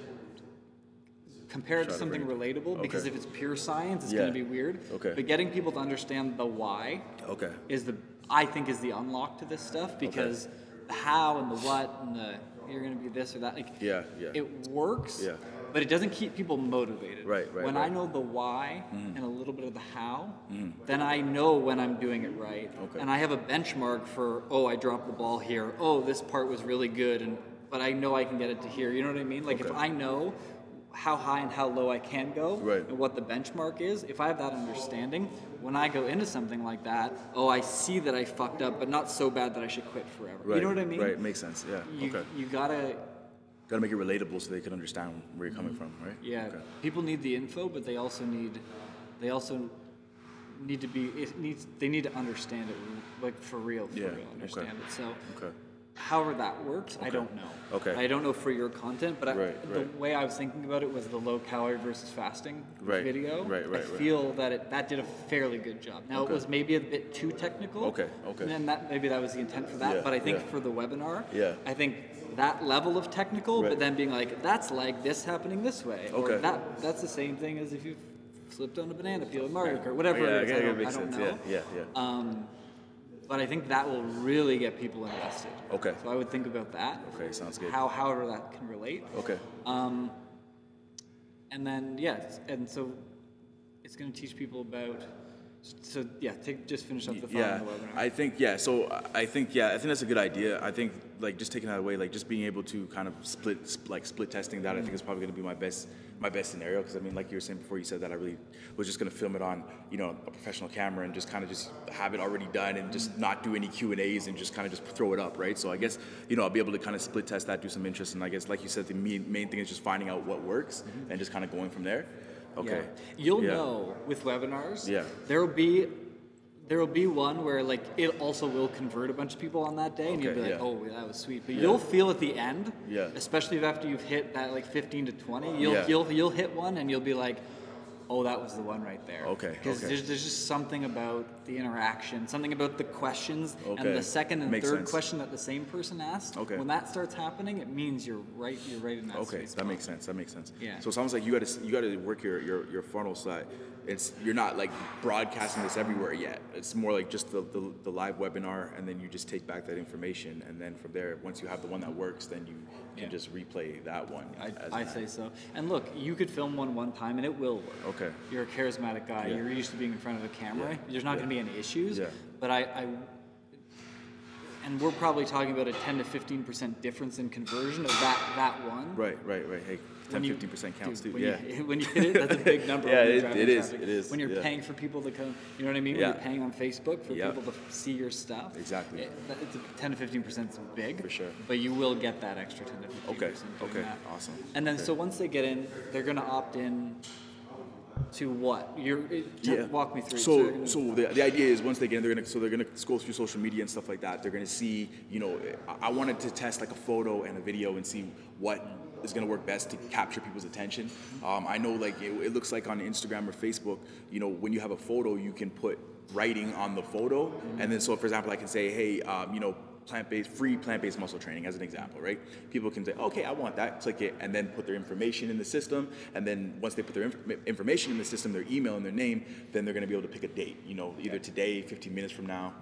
compare it to
Try to
something
bring
relatable because
okay.
if it's pure science, it's
Yeah.
going to be weird.
Okay.
But getting people to understand the why
Okay.
is the I think is the unlock to this stuff because the how and the what and the you're gonna be this or that. Like,
Yeah, yeah.
It works.
Yeah.
But it doesn't keep people motivated.
Right, right,
When I
right. Mm.
know the why and a little bit of the how, then I know when I'm doing it right.
Okay.
And I have a benchmark for oh I dropped the ball here. Oh this part was really good and but I know I can get it to here. You know what I mean? Like if
Okay.
I know how high and how low I can go
Right.
and what the benchmark is, if I have that understanding, when I go into something like that, oh, I see that I fucked up, but not so bad that I should quit forever.
Right.
You know what I mean?
Right. Makes sense. Yeah.
You,
okay.
you gotta,
Gotta make it relatable so they can understand where you're coming from, right?
Mm-hmm. yeah.
Okay.
People need the info, but they also need, they also need to be. It needs. They need to understand it, like for real, for
Yeah,
real,
okay.
understand it. So.
Okay.
However that works, I don't know.
Okay.
I don't know for your content, but I,
Right,
the
right.
way I was thinking about it was the low calorie versus fasting
Right,
video.
right,
I
right, right.
feel that it that did a fairly good job. Now it
Okay.
was maybe a bit too technical.
Okay, okay.
And then that maybe that was the intent for that,
Yeah,
but I think
yeah.
for the webinar,
Yeah.
I think that level of technical, but
Right.
then being like that's like this happening this way, or
Okay.
that that's the same thing as if you slipped on a banana peel in Mario Kart, whatever
yeah,
it is.
yeah,
I
yeah,
don't,
makes
I don't
sense.
know. Um,
Yeah, yeah, yeah.
But I think that will really get people invested.
Okay.
So I would think about that.
Okay, sounds good.
How, however, that can relate.
okay.
And then, yeah, it's- and so it's going to teach people about So yeah, take just finish up the following
yeah
webinar.
i think yeah so I- i think yeah i think that's a good idea i think like just taking that away like just being able to kind of split sp- like split testing that i think is probably going to be my best my best scenario because i mean like you were saying before you said that i really was just going to film it on you know a professional camera and just kind of just have it already done and just not do any q and a's and just kind of just throw it up right so i guess you know i'll be able to kind of split test that do some interest and i guess like you said the main, main thing is just finding out what works and just kind of going from there okay
Mm-hmm. Yeah. You'll
Yeah.
know with webinars.
Yeah.
There will be there will be one where like it also will convert a bunch of people on that day, and you'll
Okay,
be like,
yeah.
"Oh, that was sweet." But
Yeah.
you'll feel at the end,
Yeah.
especially if after you've hit that like 15 to 20, you'll
Yeah.
you'll you'll hit one, and you'll be like. Oh, that was the one right there.
Okay,
Because
okay.
there's, there's just something about the interaction, something about the questions,
Okay,
and the second and
makes
third
sense.
question that the same person asked.
Okay.
When that starts happening, it means you're right. You're right in that
Okay,
sweet
that
spot.
makes sense. That makes sense.
Yeah.
So it sounds like you got to you got to work your, your your funnel side. It's you're not like broadcasting this everywhere yet. It's more like just the, the, the live webinar, and then you just take back that information, and then from there, once you have the one that works, then you can
Yeah.
just replay that one.
I,
as
I
that.
say so. And look, you could film one one time and it will work.
Okay.
You're a charismatic guy.
Yeah.
You're used to being in front of a camera.
Yeah.
There's not
Yeah.
going to be any issues.
Yeah.
But I, I, and we're probably talking about a 10 to 15 percent difference in conversion of that that one.
Right, right, right. Hey, 10,
When you-
15 percent counts
dude,
too.
when [laughs]
Yeah.
You, when you hit it, that's a big number.
[laughs] Yeah,
when you're
it-
driving
it is,
traffic.
it is,
When you're
yeah.
paying for people to come, you know what I mean? When
Yeah.
you're paying on Facebook for
Yeah.
people to see your stuff.
Exactly.
It, that- it's a, 10 to 15 percent is big.
For sure.
But you will get that extra 10 to 15
Okay,
percent. doing
okay,
that.
awesome,
And then
okay.
so once they get in, they're going to opt in to what? You're, it, t- Walk me through. it. they're
So,
gonna-
so the, the idea is once they get in, they're gonna so they're gonna scroll through social media and stuff like that. They're gonna see, you know, I, I wanted to test like a photo and a video and see what is gonna work best to capture people's attention. Um, I know like it, it looks like on Instagram or Facebook, you know, when you have a photo, you can put writing on the photo, and then so for example, I can say, hey, um, you know. Plant-based, free plant-based muscle training, as an example, right? People can say, "Okay, I want that." Click it, and then put their information in the system. And then once they put their inf- information in the system, their email and their name, then they're going to be able to pick a date. You know, either today, 15 minutes from now.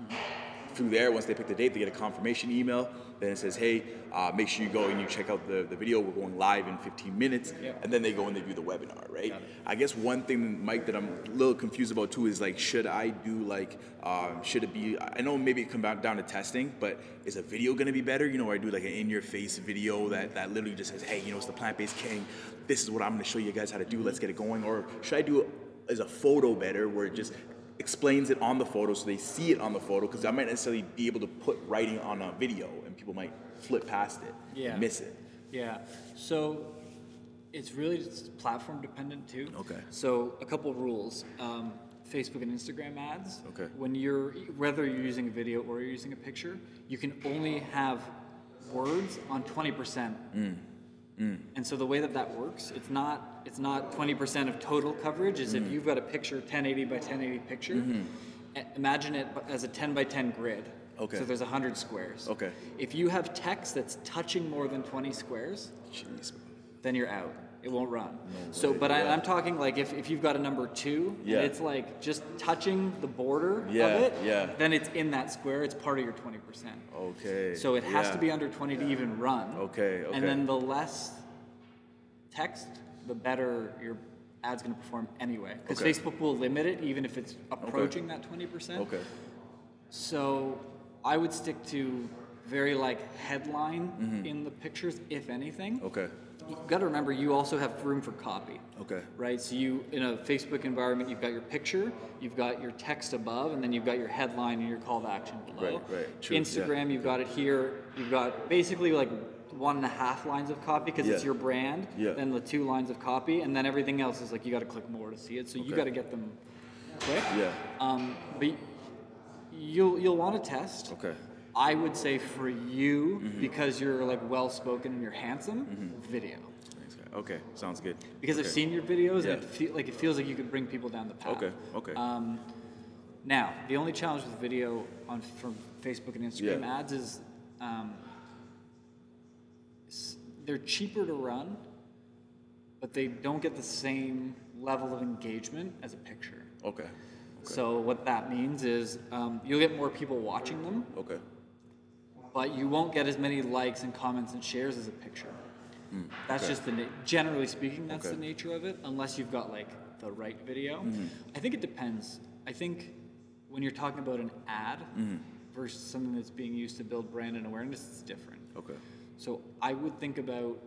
Through there, once they pick the date, they get a confirmation email. Then it says, "Hey, uh, make sure you go and you check out the, the video. We're going live in 15 minutes."
Yep.
And then they go and they view the webinar, right? I guess one thing, Mike, that I'm a little confused about too is like, should I do like, um, should it be? I know maybe it comes down to testing, but is a video gonna be better? You know, where I do like an in-your-face video that that literally just says, hey, you know, it's the plant-based king. This is what I'm gonna show you guys how to do. Let's get it going. Or should I do is a photo better, where it just explains it on the photo so they see it on the photo? Because I might not necessarily be able to put writing on a video, and people might flip past it,
Yeah.
miss it.
Yeah. So it's really just platform dependent too.
Okay.
So a couple rules. Um, Facebook and Instagram ads.
Okay.
When you're whether you're using a video or you're using a picture, you can only have words on 20%.
Mm.
And so the way that that works, it's not it's not 20% of total coverage. Is
Mm.
if you've got a picture 1080 by 1080 picture,
Mm-hmm.
i- imagine it bu- as a 10 by 10 grid.
Okay.
So there's 100 squares.
Okay.
If you have text that's touching more than 20 squares,
Jeez.
then you're out. It won't run.
No
so,
way,
but I,
yeah.
I'm talking like if, if you've got a number two
Yeah.
and it's like just touching the border
Yeah,
of it,
yeah.
then it's in that square. It's part of your 20%.
Okay.
So it has to
yeah.
be under 20 to even run.
Okay, okay.
And then the less text, the better your ad's going to perform anyway. Because
Okay.
Facebook will limit it even if it's approaching that 20%.
Okay.
So I would stick to very like headline in the pictures, if anything.
Mm-hmm. Okay.
You've got to remember, you also have room for copy.
Okay.
Right, so you in a Facebook environment, you've got your picture, you've got your text above, and then you've got your headline and your call to action below.
Right, right, true, yeah.
Instagram, you've got it here. You've got basically like one and a half lines of copy because it's
Yeah.
your brand.
Yeah.
Then the two lines of copy, and then everything else is like you got to click more to see it. So you
Okay.
got to get them quick.
Yeah.
Um, but you'll you'll want to test.
Okay. Mm-hmm.
I would say for you because you're like well spoken and you're handsome, video.
Thanks, guy. Okay. Sounds good.
Because
Mm-hmm. okay.
I've seen your videos
Yeah.
and it feel, like it feels like you could bring people down the path. Um,
Okay. Okay.
Now the only challenge with video on from Facebook and Instagram
Yeah.
ads is um, s- they're cheaper to run, but they don't get the same level of engagement as a picture.
okay.
So what that means is um, you'll get more people watching them,
Okay.
but you won't get as many likes and comments and shares as a picture. that's
Hmm, okay.
just the na- generally speaking, that's
Okay. Mm-hmm.
the nature of it. Unless you've got like the right video, I think it depends. I think when you're talking about an ad
Mm-hmm.
versus something that's being used to build brand and awareness, it's different.
Okay.
So I would think about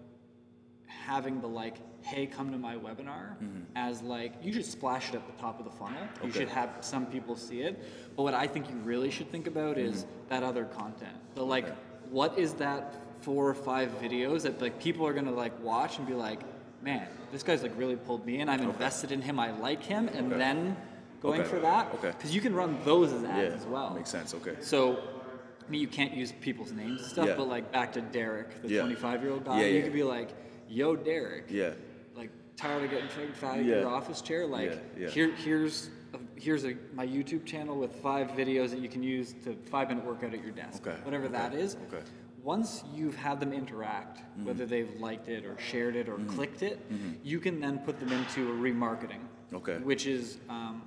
having the like, hey, come to my webinar as like, you should splash it at the top of the funnel. You
Mm-hmm. Okay.
should have some people see it. But what I think you really should think about is
Mm-hmm.
that other content. The like, what is that four or five videos that like people are gonna like watch and be like, man, this guy's like really pulled me in. I'm invested in him. I like him. And
Okay.
then going
Okay.
for that,
Okay.
because you can run those as ads
Yeah,
as well.
makes sense, okay.
So, I mean, you can't use people's names and stuff,
Yeah.
but like back to Derek, the
Yeah.
25 year old guy,
Yeah,
you
yeah.
could be like, "Yo, Derek,
Yeah.
like tired of getting fig out of
Yeah.
your office chair? Like,
yeah.
here, here's a, here's a, my YouTube channel with five videos that you can use to five minute workout at your desk,
Okay,
whatever
okay,
that is.
okay. Mm-hmm.
Once you've had them interact, whether they've liked it or shared it or clicked it, you can then put them into a remarketing,
Okay.
which is um,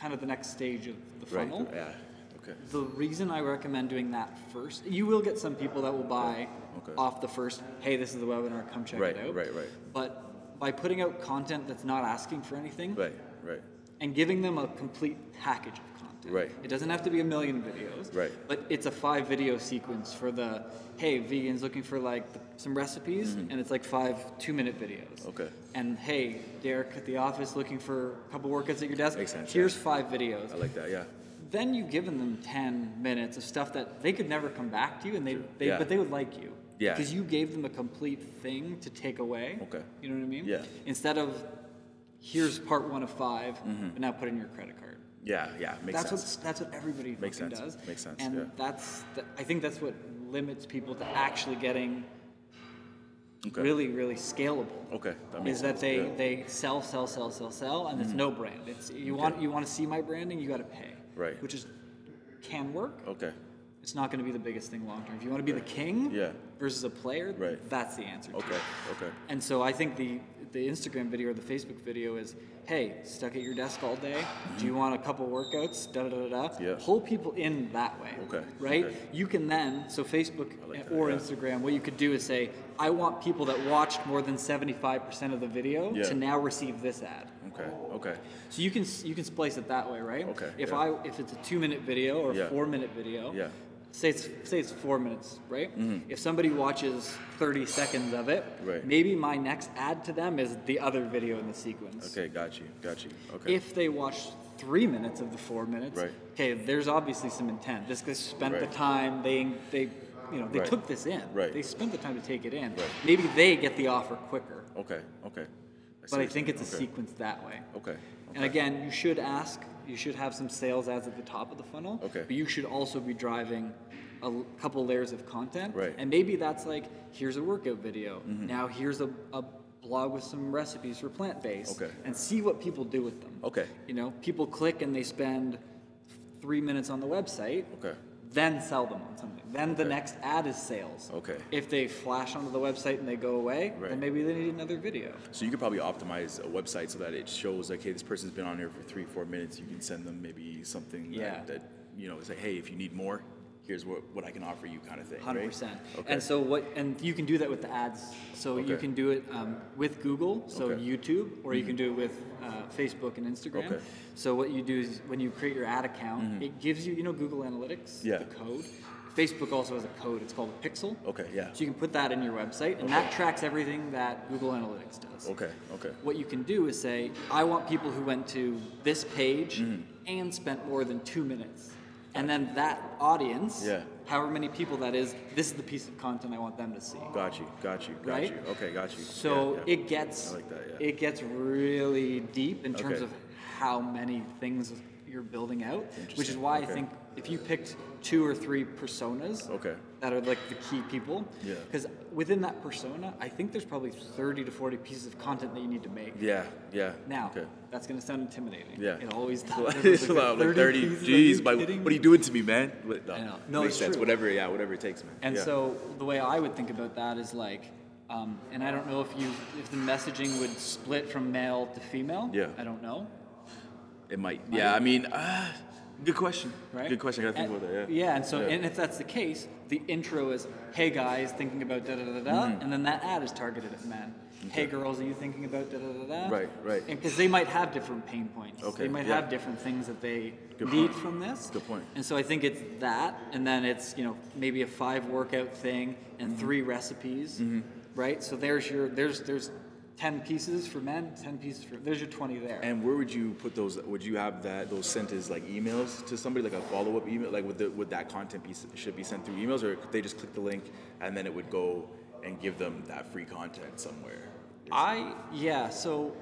kind of the next stage of the
Right.
funnel.
Yeah. Okay.
The reason I recommend doing that first, you will get some people that will buy
Okay.
off the first, hey, this is the webinar, come check
Right,
it out.
right, right.
But by putting out content that's not asking for anything
Right. Right.
and giving them a complete package of content.
Right.
It doesn't have to be a million videos.
Right.
But it's a five video sequence for the, hey, vegans looking for like th- some recipes, and it's like five two minute videos.
Mm-hmm. Okay.
And hey, Derek at the office looking for a couple workouts at your desk.
Makes sense,
Here's
yeah.
five videos
I like that. Yeah.
then you've given them 10 minutes of stuff that they could never come back to you and they, they
Yeah.
but they would like you
Yeah.
because you gave them a complete thing to take away
Okay.
you know what i mean
Yeah.
instead of here's part one of 5 but now put in your credit card
Yeah. Yeah. Mm-hmm. Makes
that's
sense.
what that's what everybody
Makes
fucking
sense.
does
Makes sense,
and
yeah.
that's the, i think that's what limits people to actually getting
okay.
really really scalable
Okay. That
is that
sense,
they,
yeah. Mm-hmm.
they sell, sell, sell, sell, sell, and it's no brand. It's you want you want to see my branding, you got to pay.
Right.
Which is can work.
Okay.
It's not going to be the biggest thing long term. If you want to be the king
Yeah.
versus a player,
Right.
that's the answer. to it.
Okay. Okay.
And so I think the the Instagram video or the Facebook video is, hey, stuck at your desk all day. Do you want a couple workouts? Da da da da. da."
Mm-hmm. Yeah.
Pull people in that way.
Okay,
Right.
okay.
You can then so Facebook
like that,
or
yeah.
Instagram. What you could do is say, I want people that watched more than seventy five percent of the video
Yeah.
to now receive this ad.
Okay. Okay.
So you can you can splice it that way, right?
Okay,
If
yeah.
I if it's a two minute video or
Yeah.
a four minute video,
Yeah. Mm-hmm.
Say it's say it's four minutes, right? If somebody watches thirty seconds of it,
Right.
maybe my next ad to them is the other video in the sequence.
Okay. Got you. Got you. Okay.
If they watch three minutes of the four minutes,
Right.
okay, there's obviously some intent. This guy spent
Right.
the time. They they you know they
Right.
took this in.
Right.
They spent the time to take it in.
Right.
Maybe they get the offer quicker.
okay. Okay. see
But I
what
think
you're
it's a
saying.
sequence that way.
Okay. Okay.
And again, you should ask, you should have some sales ads at the top of the funnel.
Okay.
But you should also be driving a l- couple layers of content.
Right. Mm-hmm.
And maybe that's like, here's a workout video. Now here's a, a blog with some recipes for plant based.
Okay.
And see what people do with them.
Okay.
You know, people click and they spend three minutes on the website.
Okay.
Then sell them on something. Then the
Okay.
next ad is sales.
Okay.
If they flash onto the website and they go away,
Right.
then maybe they need another video.
So you could probably optimize a website so that it shows like, hey, this person's been on here for three, four minutes. You can send them maybe something
Yeah.
that, that you know, say, hey, if you need more, here's what, what I can offer you, kind of thing.
Hundred
right?
percent.
Okay.
And so what? And you can do that with the ads. So you
Okay.
can do it um, with Google, so
Okay. Mm-hmm.
YouTube, or you can do it with uh, Facebook and Instagram.
Okay. Mm-hmm.
So what you do is when you create your ad account, it gives you, you know, Google Analytics,
Yeah.
the code. Facebook also has a code. It's called a pixel.
Okay, yeah.
So you can put that in your website, and that tracks everything that Google Analytics does.
Okay. Okay.
What you can do is say, I want people who went to this page
Mm-hmm.
and spent more than two minutes. And then that audience,
Yeah.
however many people that is, this is the piece of content I want them to see.
Got you. Got you. Got
Right?
you. Okay. Got you.
So
Yeah, yeah.
it gets
I like that, yeah.
it gets really deep in terms
Okay.
of how many things you're building out, which is
Interesting,
why
okay.
I think if you picked two or three personas
Okay.
that are like the key people,
Yeah.
because within that persona, I think there's probably 30 to 40 pieces of content that you need to make.
Yeah. Yeah.
Now,
Okay.
that's gonna sound intimidating.
Yeah.
It
[laughs]
always does.
it's loud, like 30. Jeez,
by
like, [laughs] what are you doing to me, man? But,
I know. No,
makes
it's
sense.
true.
Whatever, yeah, whatever it takes, man.
And
Yeah.
so the way I would think about that is like, um, and I don't know if you if the messaging would split from male to female.
Yeah.
I don't know.
it might. Yeah, I mean, uh, good question.
Right.
Good question. I gotta think
And-
about that. Yeah.
and so and if that's the
Mm-hmm.
case, the intro is, "Hey guys, thinking about da da da da," and then that ad is targeted at men. hey girls, are you thinking about da da da da?
Right, right.
Because they might have different pain points.
Okay,
They might
yeah.
have different things that they
Good
need
point.
from this.
Good point.
And so I think it's that, and then it's you know maybe a five workout thing and
Mm-hmm.
three recipes, right? So there's your there's there's ten pieces for men, ten pieces for there's your twenty there.
And where would you put those? Would you have that those sent as like emails to somebody, like a follow up email, like would the, would that content be s- should be sent through emails, or could they just click the link and then it would go and give them that free content somewhere?
I yeah, so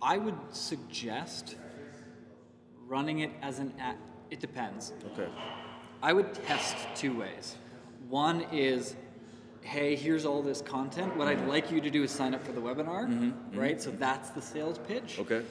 I would suggest running it as an at it depends.
Okay.
I would test two ways. One is, hey, here's all this content. What I'd like you to do is sign up for the webinar, right? So that's the sales pitch.
Okay.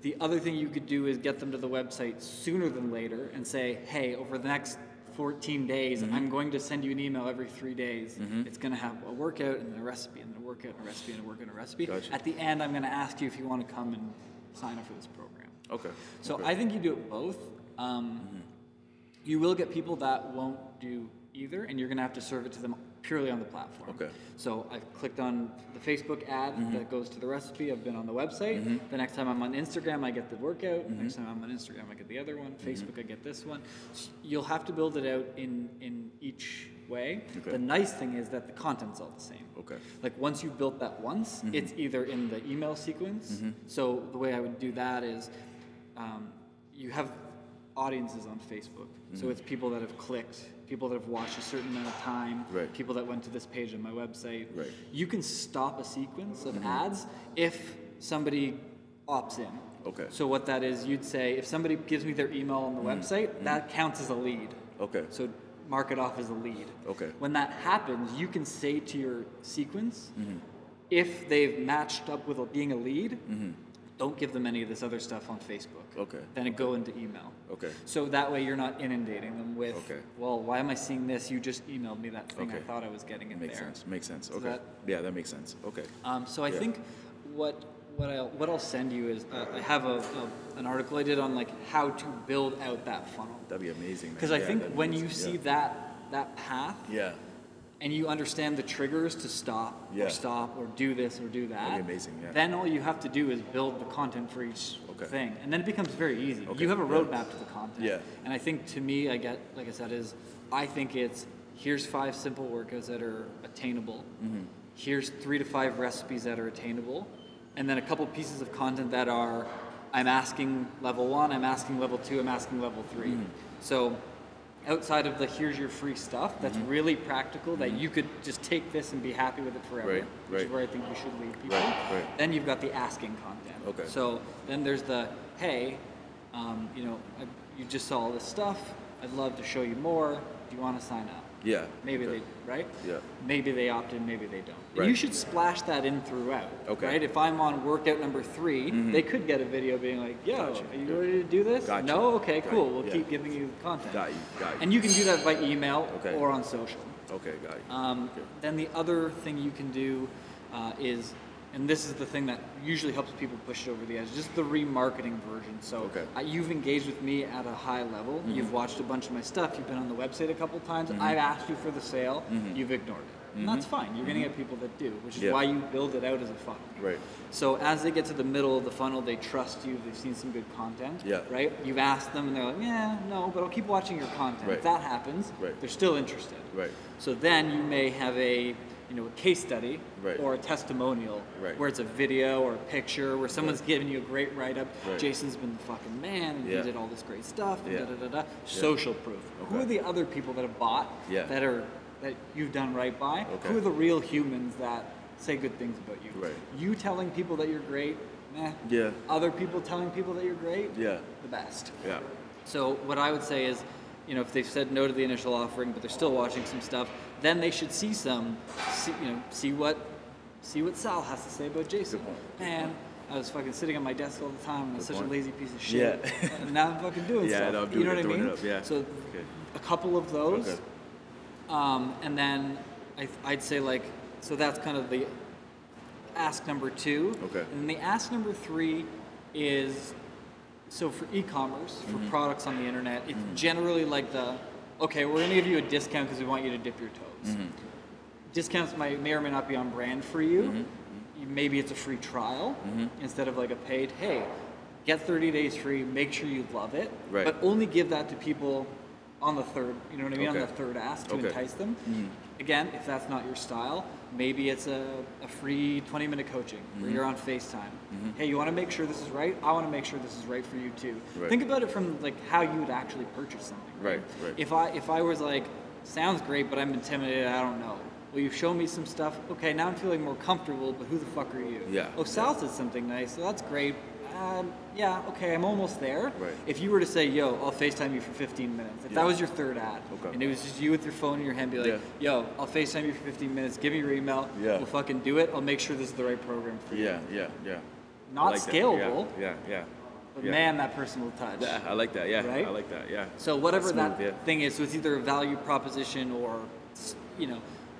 The other thing you could do is get them to the website sooner than later and say, hey, over the next 14 days, I'm going to send you an email every three days. It's going to have a workout and then a recipe and then a workout and a recipe and a workout and a recipe.
Gotcha.
At the end, I'm going to ask you if you want to come and sign up for this program.
Okay.
So
okay.
I think you do it both. Um,
Mm-hmm.
You will get people that won't do either, and you're going to have to serve it to them purely on the platform.
Okay. Mm-hmm.
So I've clicked on the Facebook ad that goes to the recipe. I've been on the website. The next time I'm on Instagram, I get the workout.
Mm-hmm.
Next time I'm on Instagram, I get the other one. Facebook, I get this one. S- You'll have to build it out in in each way.
Okay.
The nice thing is that the content's all the same.
Okay.
Like once you've built that once,
Mm-hmm.
it's either in the email sequence. So the way I would do that is, um, you have audiences on Facebook.
Mm-hmm.
So it's people that have clicked, people that have watched a certain amount of time,
Right.
people that went to this page on my website.
Right. Mm-hmm.
You can stop a sequence of ads if somebody opts in.
Okay. Mm-hmm.
So what that is, you'd say if somebody gives me their email on the website, that counts as a lead.
okay.
So mark it off as a lead.
Okay.
When that happens, you can say to your sequence,
Mm-hmm.
if they've matched up with a- being a lead, don't give them any of this other stuff on Facebook.
Mm-hmm. Okay.
Then it go into email.
Okay.
So that way you're not inundating them with,
Okay.
well, why am I seeing this? You just emailed me that thing. I
Okay.
thought I was getting it
makes
there.
sense. Makes sense.
Does
Okay.
that-
yeah, that makes sense. Okay.
Um, so I
Yeah.
think what what I'll what I'll send you is uh, I have a, a an article I did on like how to build out that funnel.
That'd be amazing. man.
Because I
Yeah,
think
that'd be
when
amazing.
you see
yeah.
that that path,
yeah,
and you understand the triggers to stop
Yeah.
or stop or do this or do that,
That'd be amazing, yeah.
then all you have to do is build the content for each
Okay.
thing, and then it becomes very easy.
Okay,
You have a
yeah.
roadmap to the content,
Yeah.
and I think to me, I get like I said, is I think it's here's five simple workouts that are attainable,
Mm-hmm.
here's three to five recipes that are attainable, and then a couple pieces of content that are I'm asking level one, I'm asking level two, I'm asking level 3
Mm-hmm.
So outside of the here's your free stuff that's
Mm-hmm.
really practical that you could just take this and be happy with it forever
Right,
which
right.
is where i think we should lead people
Right, right.
then you've got the asking content
Okay.
so then there's the hey um, you know I, you just saw all this stuff i'd love to show you more do you want to sign up
yeah.
Maybe
okay.
they right.
Yeah.
Maybe they opt in. Maybe they don't. And you
Right.
should splash that in throughout.
Okay. Mm-hmm.
Right. If I'm on workout number 3 they could get a video being like, "Yo,
Gotcha.
are you ready to do this?
Gotcha.
No. Okay.
Got
cool.
you.
We'll
Yeah.
keep giving you the content.
Got you. Got you.
And you can do that by email
Okay.
or on social.
Okay. Got you.
Um,
okay.
Then the other thing you can do uh, is, and this is the thing that usually helps people push it over the edge, just the remarketing version. So
Okay. Mm-hmm.
I, you've engaged with me at a high level. You've watched a bunch of my stuff. You've been on the website a couple times. I've asked you for the sale. You've ignored it. And that's fine. You're going to get people that do, which is
Mm-hmm. Yeah.
why you build it out as a funnel.
Right.
So as they get to the middle of the funnel, they trust you. They've seen some good content.
Yeah.
Right. You've asked them, and they're like, "Yeah, no, but I'll keep watching your content."
Right.
If that happens,
Right.
they're still interested.
Right.
So then you may have a you know a case study
Right.
or a testimonial
Right.
where it's a video or a picture where someone's giving you a great write up.
Right.
Jason's been the fucking man and
Yeah.
he did all this great stuff and
Yeah.
da da da da. Social proof. Who are
Okay.
the other people that have bought
Yeah.
that are that you've done right by?
Okay.
Who are the real humans that say good things about you?
Right.
You telling people that you're great, meh.
Yeah.
Other people telling people that you're great,
Yeah.
the best.
Yeah.
So what I would say is, you know, if they've said no to the initial offering, but they're still watching some stuff, then they should see some, see, you know, see what, see what Sal has to say about Jason.
Good point.
Man, I was fucking sitting on my desk all the time, and I was
Good
such
point.
a lazy piece of shit.
Yeah. [laughs]
and now I'm fucking doing
Yeah,
stuff.
no, I'm
you
doing
know
it,
what I
doing it
mean?
up, yeah.
So
Okay.
a couple of those,
Okay.
um, and then I, I'd say like, so that's kind of the ask number two.
Okay.
And the ask number three is so for e-commerce for
Mm-hmm.
products on the internet,
Mm-hmm.
it's generally like the okay, we're gonna give you a discount because we want you to dip your toes. discounts might, may or may not be on brand for you.
Mm-hmm.
You- Maybe it's a free trial instead of like a paid, hey, get 30 days free, make sure you love it.
Right.
But only give that to people on the third, you know what I mean?
Okay.
On the third ask to
Okay.
entice them.
Hmm.
Again, if that's not your style, maybe it's a, a free 20 minute coaching where
Hmm.
you're on FaceTime. Hey, you want to make sure this is right? I want to make sure this is right for you too.
Right.
Think about it from like how you would actually purchase something.
Right, right.
If I if I was like, sounds great, but I'm intimidated. I don't know. Well, you've shown me some stuff. Okay, now I'm feeling more comfortable. But who the fuck are you?
Yeah,
Oh, Sal said something nice. So that's great. Um, yeah. Okay, I'm almost there.
Right.
If you were to say, "Yo, I'll Facetime you for 15 minutes," if that
Yeah.
was your third ad,
Okay.
and it was just you with your phone in your hand, be like, "Yo, I'll Facetime you for 15 minutes. Give me your email.
Yeah.
We'll fucking do it. I'll make sure this is the right program for you."
Yeah, yeah, yeah. I
Not
like that.
scalable,
Yeah, yeah. yeah.
but
yeah.
man, that person will touch.
Yeah, I like that. Yeah,
Right?
I like that. Yeah.
So whatever
Smooth,
that
yeah.
thing is, so it's either a value proposition or, s- you know,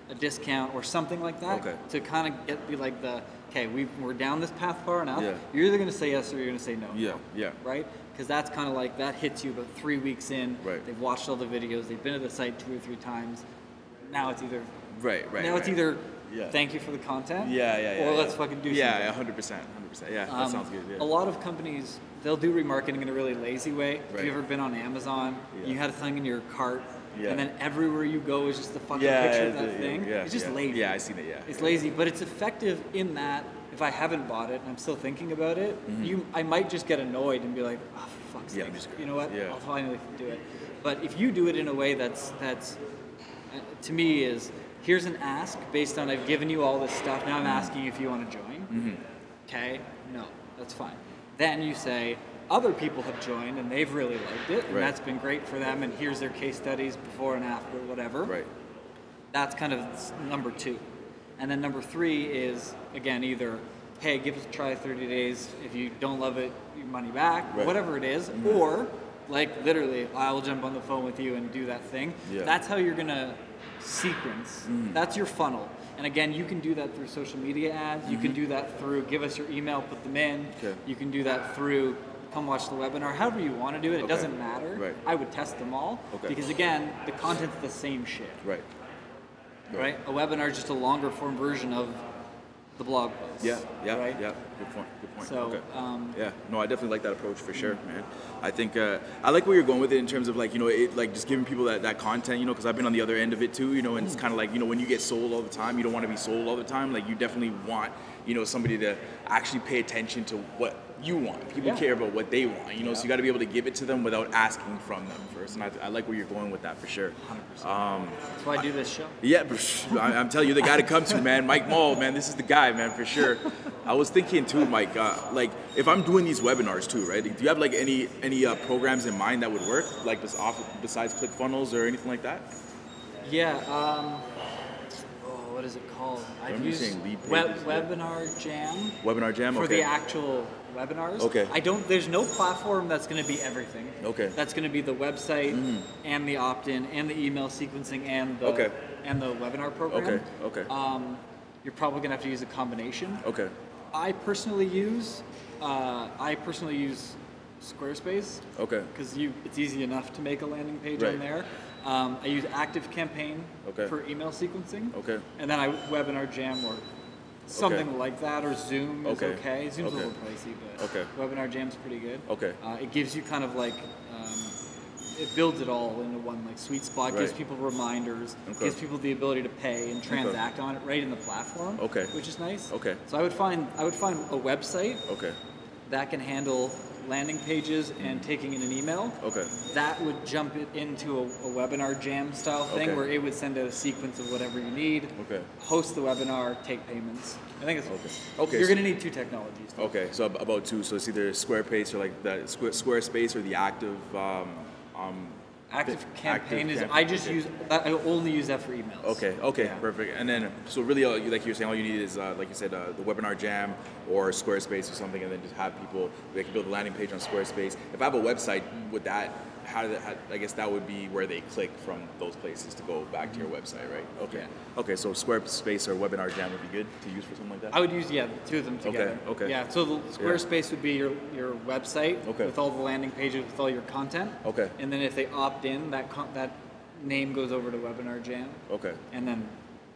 a discount or something like that.
Okay.
To kind of get be like the, okay, we we're down this path far enough.
Yeah.
You're either gonna say yes or you're gonna say no.
Yeah, yeah.
Right? Because that's kind of like that hits you about three weeks in.
Right.
They've watched all the videos. They've been to the site two or three times. Now it's either.
Right, right.
now it's
right.
either.
Yeah.
Thank you for the content.
Yeah, yeah, yeah.
Or
yeah.
let's fucking do
yeah,
something.
Yeah, hundred percent, hundred percent. Yeah, that
Um,
sounds good.
A
Yeah.
lot of companies they'll do remarketing in a really lazy way. If
Right.
you ever been on Amazon,
Yeah.
you had a thing in your cart,
Yeah.
and then everywhere you go is just the fucking
yeah,
picture of
yeah,
that
yeah,
thing.
Yeah,
it's just
yeah.
lazy.
Yeah, I seen it. Yeah.
It's
yeah.
lazy, but it's effective in that if I haven't bought it and I'm still thinking about it, you I might just get annoyed and be like, oh, fuck's
Mm-hmm. Yeah,
sake.
I'm just-
you know what?
yeah.
I'll finally do it. But if you do it in a way that's that's uh, to me is here's an ask based on I've given you all this stuff.
Mm-hmm.
Now I'm asking if you want to join. Okay, no, that's fine. Then you say other people have joined and they've really liked it, and
Right.
that's been great for them. And here's their case studies before and after, whatever
Right.
that's kind of s- number two. And then number three is again either, hey, give us a try 30 days. If you don't love it, your money back,
Right. Mm-hmm.
whatever it is. Or like literally, I will jump on the phone with you and do that thing.
Yeah. Mm.
That's how you're gonna sequence. That's your funnel. And again, you can do that through social media ads. You can do that through give us your email, put them in.
Mm-hmm. Okay.
You can do that through come watch the webinar. However you want to do it, it
Okay.
doesn't matter.
Right.
I would test them all
Okay.
because again, the content's the same shit
Right.
right? A webinar is just a longer form version of the blog post.
Yeah, yeah,
right?
yeah. Good point. Good point.
So,
okay.
um,
yeah, no, I definitely like that approach for sure, man. I think uh, I like where you're going with it in terms of like you know it like just giving people that, that content, you know, because I've been on the other end of it too, you know, and it's kind of like you know when you get sold all the time, you don't want to be sold all the time. Like you definitely want you know somebody to actually pay attention to what you want. People
Yeah.
care about what they want, you know, so you got to be able to give it to them without asking from them first. And I, I like where you're going with that for sure.
100%. That's why I do this show.
Yeah, psh, I- I'm telling you, the guy to come to, man. Mike Mall, man, this is the guy, man, for sure. I was thinking too, Mike. Uh, like, if I'm doing these webinars too, right? Do you have like any any uh, programs in mind that would work, like bes- off, besides ClickFunnels or anything like that?
Yeah. Um, oh, what is it called? I've
I'm
used
just saying lead
web,
pages, yeah.
Webinar Jam
Webinar Jam.
for
okay.
the actual webinars.
Okay.
I don't. There's no platform that's going to be everything.
Okay. Mm-hmm.
That's going to be the website and the opt-in and the email sequencing and the
Okay.
and the webinar program.
Okay, okay.
Um, you're probably going to have to use a combination.
okay.
I personally use uh, I personally use Squarespace
Okay.
because you it's easy enough to make a landing page
Right.
on there. Um, I use Active Campaign
Okay.
for email sequencing.
Okay.
And then I webinar jam or something like that or Zoom is
Okay.
okay. Zoom's
Okay.
a little pricey, but
Okay.
webinar jam's pretty good.
Okay.
Uh, it gives you kind of like um, it builds it all into one like sweet spot. Gives
Right.
people reminders.
Okay.
Gives people the ability to pay and transact on it right in the platform.
Okay.
Which is nice.
Okay.
So I would find I would find a website
Okay.
that can handle landing pages and taking in an email.
Mm. Okay.
That would jump it into a, a webinar jam style thing
Okay.
where it would send out a sequence of whatever you need.
Okay.
Host the webinar, take payments. I think it's
Okay. Okay,
You're
so-
gonna need two technologies. though.
Okay. So ab- about two. So it's either Squarespace or like the Squ- Squarespace or the Active. Um, um,
Active
Active
campaign is.
Cam-
I just
okay.
use. I only use that for emails.
Okay. Okay.
Yeah.
Perfect. And then, so really, all you, like you're saying, all you need is, uh, like you said, uh, the webinar jam or Squarespace or something, and then just have people. They can build a landing page on Squarespace. If I have a website, would that? How, did, how I guess that would be where they click from those places to go back to your website, right? Okay.
Mm-hmm. Yeah.
Okay. So Squarespace or webinar jam would be good to use for something like that.
I would use yeah, the two of them together.
okay.
Yeah, so the Squarespace would be your your website
Okay.
with all the landing pages with all your content.
Okay.
And then if they opt in, that con- that name goes over to Webinar Jam,
okay.
and then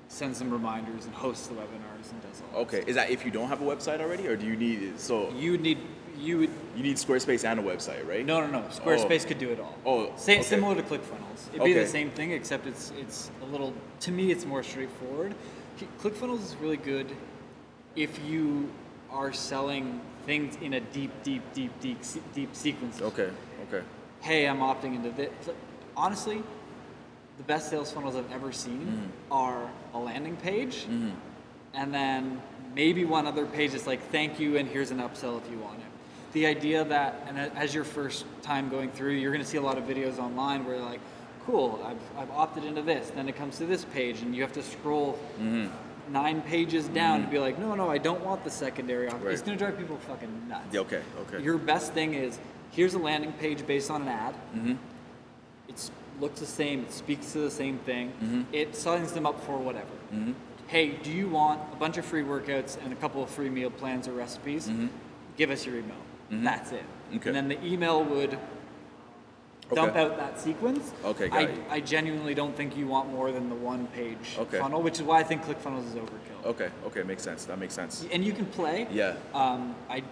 sends them reminders and hosts the webinars and does all.
Okay, is that if you don't have a website already, or do you need so
You would need you would
you need Squarespace and a website, right?
no no no Squarespace could do it all.
Oh,
Sa-
okay.
similar to ClickFunnels. It'd be
Okay.
the same thing except it's it's a little to me it's more straightforward. C- ClickFunnels is really good if you are selling things in a deep deep deep deep se- deep sequence.
Okay. Okay.
hey, I'm opting into this. Honestly, the best sales funnels I've ever seen are a landing page and then maybe one other page that's like, thank you, and here's an upsell if you want it. The idea that, and a- as your first time going through, you're going to see a lot of videos online where you're like, cool, I've, I've opted into this. Then it comes to this page, and you have to scroll nine pages down to be like, no, no, I don't want the secondary option. It's
Right.
going to drive people fucking nuts.
Yeah, okay. Okay.
Your best thing is here's a landing page based on an ad.
Mm-hmm.
It looks the same. It speaks to the same thing.
Mm-hmm.
It signs them up for whatever. Hey, do you want a bunch of free workouts and a couple of free meal plans or recipes? Give us your email. That's it.
Mm-hmm. Okay.
And then the email would dump
Okay.
out that sequence.
Okay, got
I,
you.
I genuinely don't think you want more than the one page
Okay.
funnel, which is why I think ClickFunnels is overkill.
okay. Okay. Makes sense. That makes sense.
And you can play.
Yeah.
Um, I,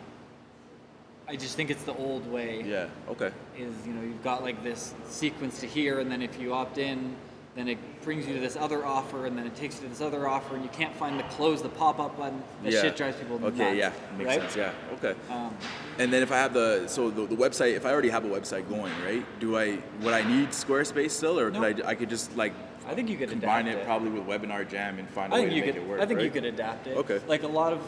I just think it's the old way
Yeah. Okay.
is you know you've got like this sequence to here and then if you opt in then it brings you to this other offer and then it takes you to this other offer and you can't find the close the pop-up button that
yeah.
shit drives people nuts
Okay. Yeah. Makes
right?
sense. Yeah. Okay.
um,
And then if I have the so the, the website, if I already have a website going, right? Do I would I need Squarespace still, or
No.
could I I could just like
I think you could
combine
adapt
it,
it.
probably with Webinar Jam and find a
I
way
think
to
you
make
could
it work.
I think you
right?
could adapt it
Okay.
like a lot of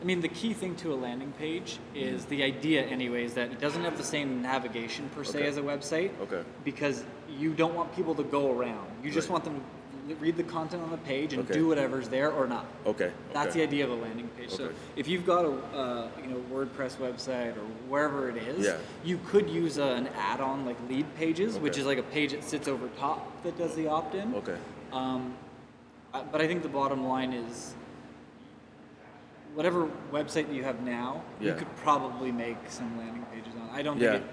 I mean the key thing to a landing page is the idea anyways that it doesn't have the same navigation per se
Okay.
as a website
Okay.
because you don't want people to go around you just
Right.
want them to read the content on the page and
Okay. Oh,
do whatever's there or not
Okay.
That's
okay.
the idea of a landing page. So
Okay.
if you've got a uh, you know WordPress website or wherever it is,
Yeah.
you could use a, an add-on like lead pages, which
Okay.
is like a page that sits over top that does the opt-in.
Okay.
Uh, but I think the bottom line is whatever website that you have now, you
Yeah.
could probably make some landing pages on. I don't
Yeah.
think it,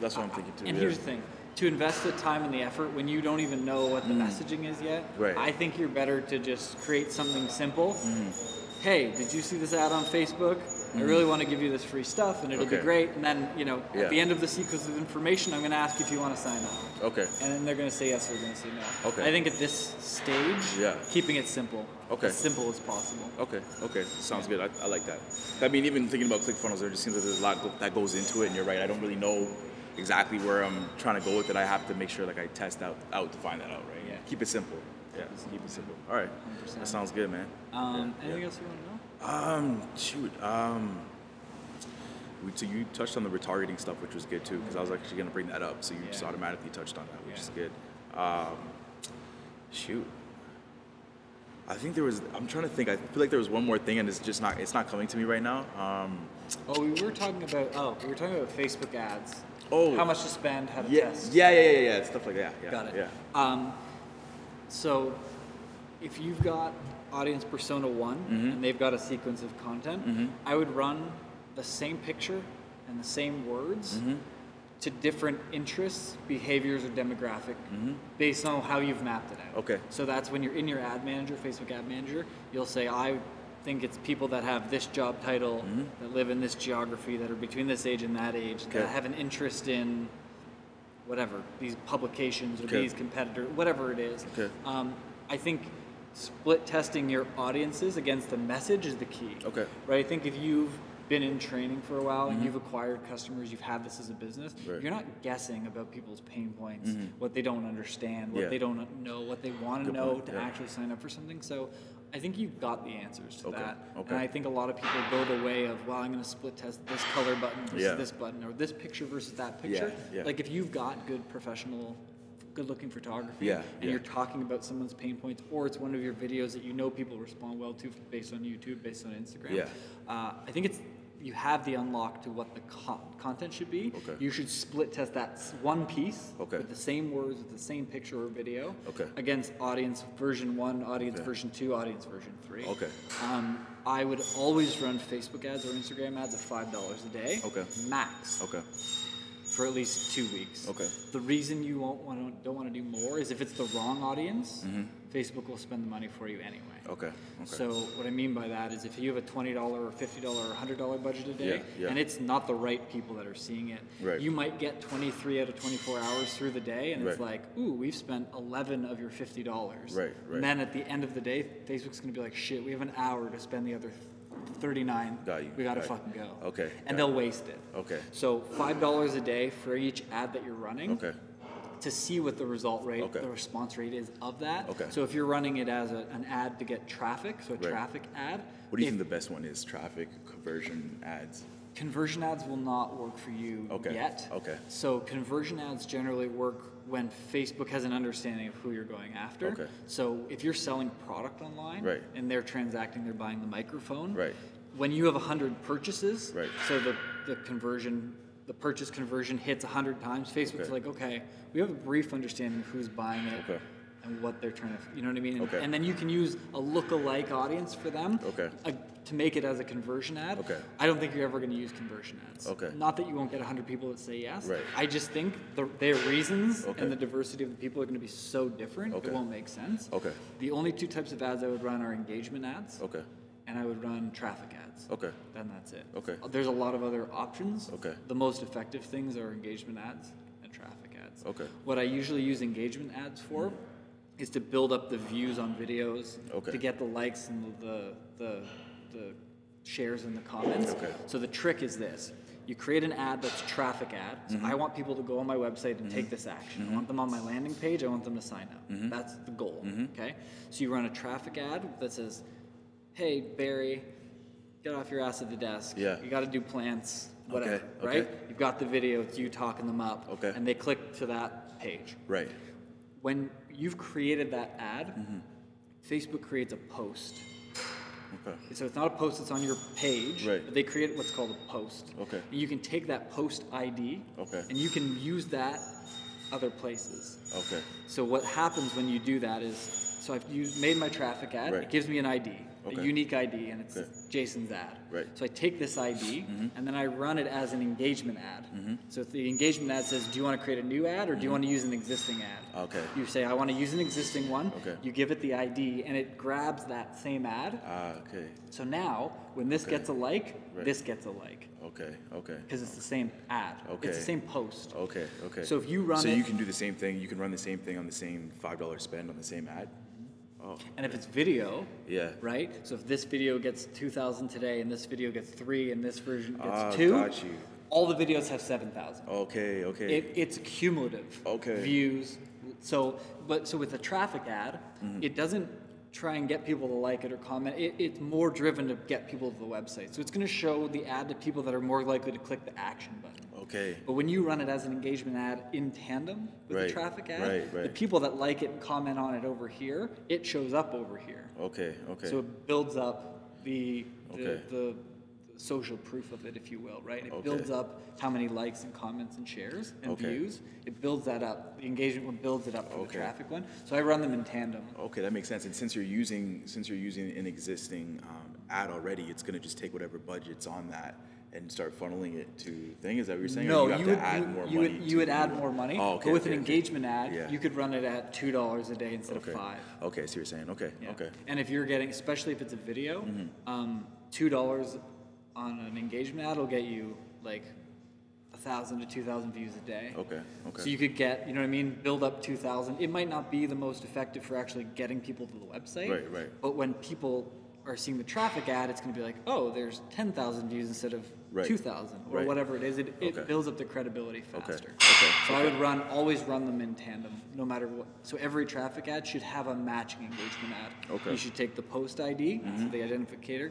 That's what I'm thinking too.
and
yeah.
here's the thing: to invest the time and the effort when you don't even know what the messaging is yet,
Mm. Right.
I think you're better to just create something simple.
Mm.
Hey, did you see this ad on Facebook? I really want to give you this free stuff, and it'll be
Okay.
great. And then, you know,
Yeah.
at the end of the sequence of information, I'm going to ask if you want to sign up,
Okay.
and then they're going to say yes or they're going to say no.
Okay.
I think at this stage,
Yeah.
keeping it simple,
Okay.
as simple as possible. Um,
Okay, okay, sounds good. I, I like that. I mean, even thinking about ClickFunnels, there just seems like there's a lot go- that goes into it, and you're right. I don't really know exactly where I'm trying to go with it. I have to make sure like I test out out to find that out, right?
Yeah.
Keep it simple. Yeah, keep it simple. All right,
100%.
that sounds good, man.
Um,
Yeah,
anything
yeah.
else you want to know?
Um, shoot. Um, we, so you touched on the retargeting stuff, which was good too, because I was actually going to bring that up. So you just
Yeah.
automatically touched on that, which
Yeah.
is good. Um, shoot. I think there was. I'm trying to think. I feel like there was one more thing, and it's just not. It's not coming to me right now. Um,
Oh, we were talking about oh, we were talking about Facebook ads.
Oh.
how much to spend, how to
yeah,
test.
yeah, yeah, yeah, yeah. Stuff like that. Yeah,
Got it.
Yeah.
Um, so if you've got audience persona one
Mm-hmm.
and they've got a sequence of content, I would run the same picture and the same words
Mm-hmm.
to different interests, behaviors, or demographic based on how you've mapped it out.
Mm-hmm. Okay.
So that's when you're in your ad manager, Facebook ad manager, you'll say, I think it's people that have this job title,
Mm-hmm.
that live in this geography, that are between this age and that age, that
Okay.
have an interest in whatever these publications or
Okay.
these competitors, whatever it is.
Okay.
Um, I think split testing your audiences against the message is the key.
Okay. Mm-hmm.
Right. I think if you've been in training for a while and you've acquired customers, you've had this as a business.
Right. Mm-hmm.
You're not guessing about people's pain points, what they don't understand, what
Yeah.
they don't know, what they want to
Good
know
point,
to
yeah.
actually sign up for something. So. I think you've got the answers to
Okay,
that,
okay.
and I think a lot of people go the way of, "Well, I'm going to split test this color button versus
Yeah.
this button, or this picture versus that picture."
yeah.
Like if you've got good professional good looking photography
Yeah,
and
yeah.
you're talking about someone's pain points or it's one of your videos that you know people respond well to based on youtube based on instagram
Yeah.
uh, i think it's you have the unlock to what the con- content should be
Okay.
you should split test that s- one piece
Okay.
with the same words with the same picture or video
Okay.
against audience version one audience
Okay.
version two audience version three
Okay.
um, i would always run facebook ads or instagram ads at five dollars a day
Okay.
max
Okay.
for at least two weeks.
Okay.
The reason you won't want to, don't want to do more is if it's the wrong audience, Facebook will spend the money for you anyway.
Mm-hmm. Okay, okay.
So what I mean by that is if you have a twenty dollar or fifty dollar or hundred dollar budget a day,
Yeah, yeah.
and it's not the right people that are seeing it,
Right.
you might get twenty three out of twenty four hours through the day, and it's
Right.
like, ooh, we've spent eleven of your fifty dollars.
Right, right.
And then at the end of the day, Facebook's gonna be like, shit, we have an hour to spend the other thirty nine.
Got you,
We gotta
got you.
fucking go.
Okay, got
And they'll waste it.
Okay.
So five dollars a day for each ad that you're running
Okay.
to see what the result rate,
Okay.
the response rate is of that.
Okay.
So if you're running it as a, an ad to get traffic, so a
Right.
traffic ad,
What do you
if
think the best one is? Traffic, conversion, ads?
conversion ads will not work for you
Okay.
yet.
Okay.
So conversion ads generally work when Facebook has an understanding of who you're going after.
Okay.
So if you're selling product online
Right.
and they're transacting, they're buying the microphone.
Right.
When you have 100 purchases,
Right.
so the, the conversion, the purchase conversion hits 100 times, Facebook's
Okay.
like, okay, we have a brief understanding of who's buying it.
Okay.
And what they're trying to, you know what I mean? And,
Okay.
and then you can use a look-alike audience for them
Okay.
uh, to make it as a conversion ad.
Okay.
I don't think you're ever going to use conversion ads.
Okay.
Not that you won't get 100 people that say yes.
Right.
I just think the, their reasons
Okay.
and the diversity of the people are going to be so different,
Okay.
it won't make sense.
Okay.
The only two types of ads I would run are engagement ads,
Okay.
and I would run traffic ads.
Okay.
Then that's it.
Okay.
There's a lot of other options.
Okay.
The most effective things are engagement ads and traffic ads.
Okay.
What I usually use engagement ads for is to build up the views on videos,
Okay.
to get the likes and the the the shares and the comments.
Okay.
So the trick is this. You create an ad that's a traffic ad.
Mm-hmm.
So I want people to go on my website and take this action. I want them on my landing page. I want them to sign up.
Mm-hmm.
That's the goal. Okay. So you run a traffic ad that says, "Hey Barry, get off your ass at the desk.
Yeah.
You got to do plants. Whatever.
Okay, okay.
Right. You've got the video. It's you talking them up.
Okay.
And they click to that page.
Right.
When you've created that ad,
Mm-hmm.
Facebook creates a post.
Okay.
So it's not a post that's on your page.
Right.
But they create what's called a post.
Okay.
And you can take that post ID.
Okay.
And you can use that other places.
Okay.
So what happens when you do that is, so I've used, made my traffic ad.
Right.
It gives me an ID,
Okay.
a unique ID, and it's
Okay.
Jason's ad.
Right. Mm-hmm.
So I take this ID and then I run it as an engagement ad. So if the engagement ad says, "Do you want to create a new ad or do you want to use an existing ad?"
Mm-hmm. Okay.
You say, "I want to use an existing one."
Okay.
You give it the ID, and it grabs that same ad.
Ah, okay.
So now, when this gets a like,
Right.
this gets a like
Okay. Okay.
because it's the same ad. It's
Okay.
the same post.
Okay. Okay.
So if you run
so
it-
you can do the same thing. You can run the same thing on the same five dollar spend on the same ad. Oh.
And if it's video,
Yeah.
Mm-hmm. right? So if this video gets 2,000 today, and this video gets three, and this version
Ah,
gets two,
got you.
all the videos have 7,000.
Okay. Okay.
It, it's cumulative
Okay.
views. So, but so with a traffic ad,
Mm-hmm.
it doesn't try and get people to like it or comment. It, it's more driven to get people to the website. So it's going to show the ad to people that are more likely to click the action button.
okay.
But when you run it as an engagement ad in tandem with
Right,
the traffic ad,
right, right.
the people that like it and comment on it over here, it shows up over here.
Okay. Okay.
So it builds up the the,
Okay.
the social proof of it, if you will, right? It
Okay.
builds up how many likes and comments and shares and
Okay.
views. It builds that up. The engagement one builds it up for the
Okay. Oh,
traffic one. So I run them in tandem.
Okay, that makes sense. And since you're using since you're using an existing um, ad already, it's gonna just take whatever budget's on that and start funneling it to thing. Is that what you're saying? Or
No,
you have
you
to
would
add
you,
more
you
money.
would
to-
you would add more money.
Oh, okay,
but with
okay,
an
okay.
engagement ad,
Yeah.
you could run it at two dollars a day instead
Okay.
of five.
Okay, so you're saying okay,
Yeah.
okay, Mm-hmm.
And if you're getting, especially if it's a video, um, two dollars on an engagement ad will get you like a thousand to two thousand views a day.
okay, okay.
So you could get, you know what I mean, build up two thousand. It might not be the most effective for actually getting people to the website.
Right, right.
But when people are seeing the traffic ad, it's going to be like, oh, there's ten thousand views instead of
Right.
two thousand or
Right.
whatever it is. It, it
Okay.
builds up the credibility
Okay.
faster.
Okay.
So I would run always run them in tandem, no matter what. So every traffic ad should have a matching engagement ad.
Okay. Mm-hmm.
You should take the post ID, so the identificator,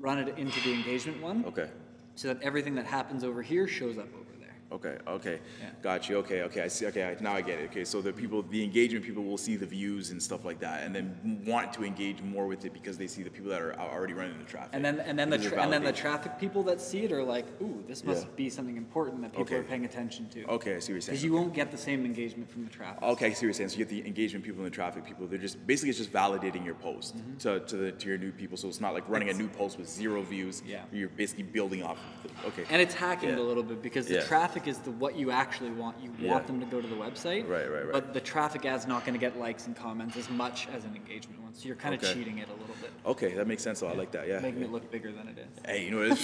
run it into the engagement one,
okay.
so that everything that happens over here shows up over there.
Okay. Okay.
Yeah.
Got you. Okay. Okay. I see. Okay. I, now I get it. Okay. So the people, the engagement people, will see the views and stuff like that, and then want to engage more with it because they see the people that are already running the traffic.
And then and then the
Because of
tra- and then the
validation.
traffic people that see it are like, ooh, this must
Yeah.
be something important that people
Okay.
are paying attention to.
Okay. I see what you're saying.
Because you won't get the same engagement from the traffic.
Okay, I see what you're saying. So you get the engagement people and the traffic people. They're just basically it's just validating your post
Mm-hmm.
to, to the to your new people. So it's not like running a new post with zero views.
Yeah.
You're basically building off. Of the, okay.
And it's hacking
Yeah.
a little bit because the
Yeah.
traffic traffic is the what you actually want. You
Yeah.
want them to go to the website.
Right, right, right.
But the traffic ad's not going to get likes and comments as much as an engagement one. So you're kind of
Okay.
cheating it a little bit,
Okay, that makes sense. though. I like that. Yeah.
making it look bigger than it is.
Hey, you know what?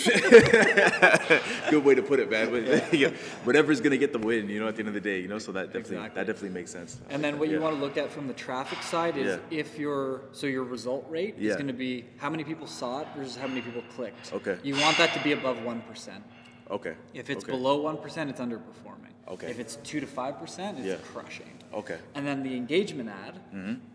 [laughs] Good way to put it, man. But [laughs] yeah, whatever's gonna get the win, you know, at the end of the day, you know. So that definitely,
Exactly.
that definitely makes sense.
And then what you
Yeah.
want to look at from the traffic side is
Yeah.
if your so your result rate
Yeah.
is going to be how many people saw it versus how many people clicked.
Okay.
You want that to be above one percent.
Okay.
If it's
okay.
below one percent, it's underperforming.
Okay.
If it's two to five percent, it's
Yeah.
crushing.
Okay. Mm-hmm.
And then the engagement ad,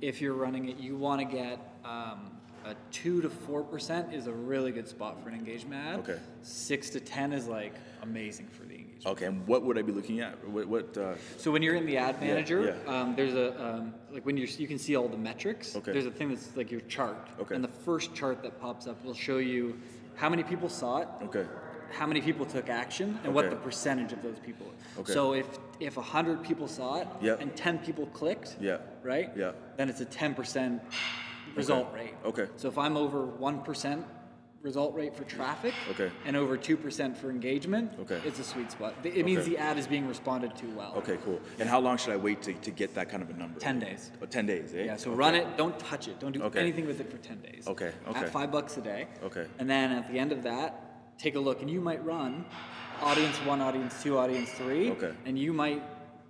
if you're running it, you want to get um, a two to four percent is a really good spot for an engagement ad.
Okay. Oh.
Six to ten is like amazing for the engagement.
Okay, and what would I be looking at? What? what uh,
So when you're in the ad manager,
yeah.
Um, there's a um, like when you you can see all the metrics.
Okay.
There's a thing that's like your chart.
Okay.
And the first chart that pops up will show you how many people saw it,
okay.
how many people took action, and what
Okay.
the percentage of those people. is.
Okay.
So if if hundred people saw it
Yeah.
and ten people clicked,
Yeah.
right?
Yeah.
Then it's a ten percent result rate.
Okay.
So if I'm over one percent result rate for traffic
Okay.
and over 2% for engagement
Okay.
it's a sweet spot it means
Okay.
the ad is being responded to well
Okay, cool.
And how long should I wait to, to get that kind of a number?
10 days.
Oh, 10 days, eh?
Yeah, so run it, don't touch it, don't do
Okay.
anything with it for 10 days.
Okay, okay.
At five bucks a day.
Okay.
And then at the end of that, take a look, and you might run audience one, audience two, audience three.
Okay.
And you might,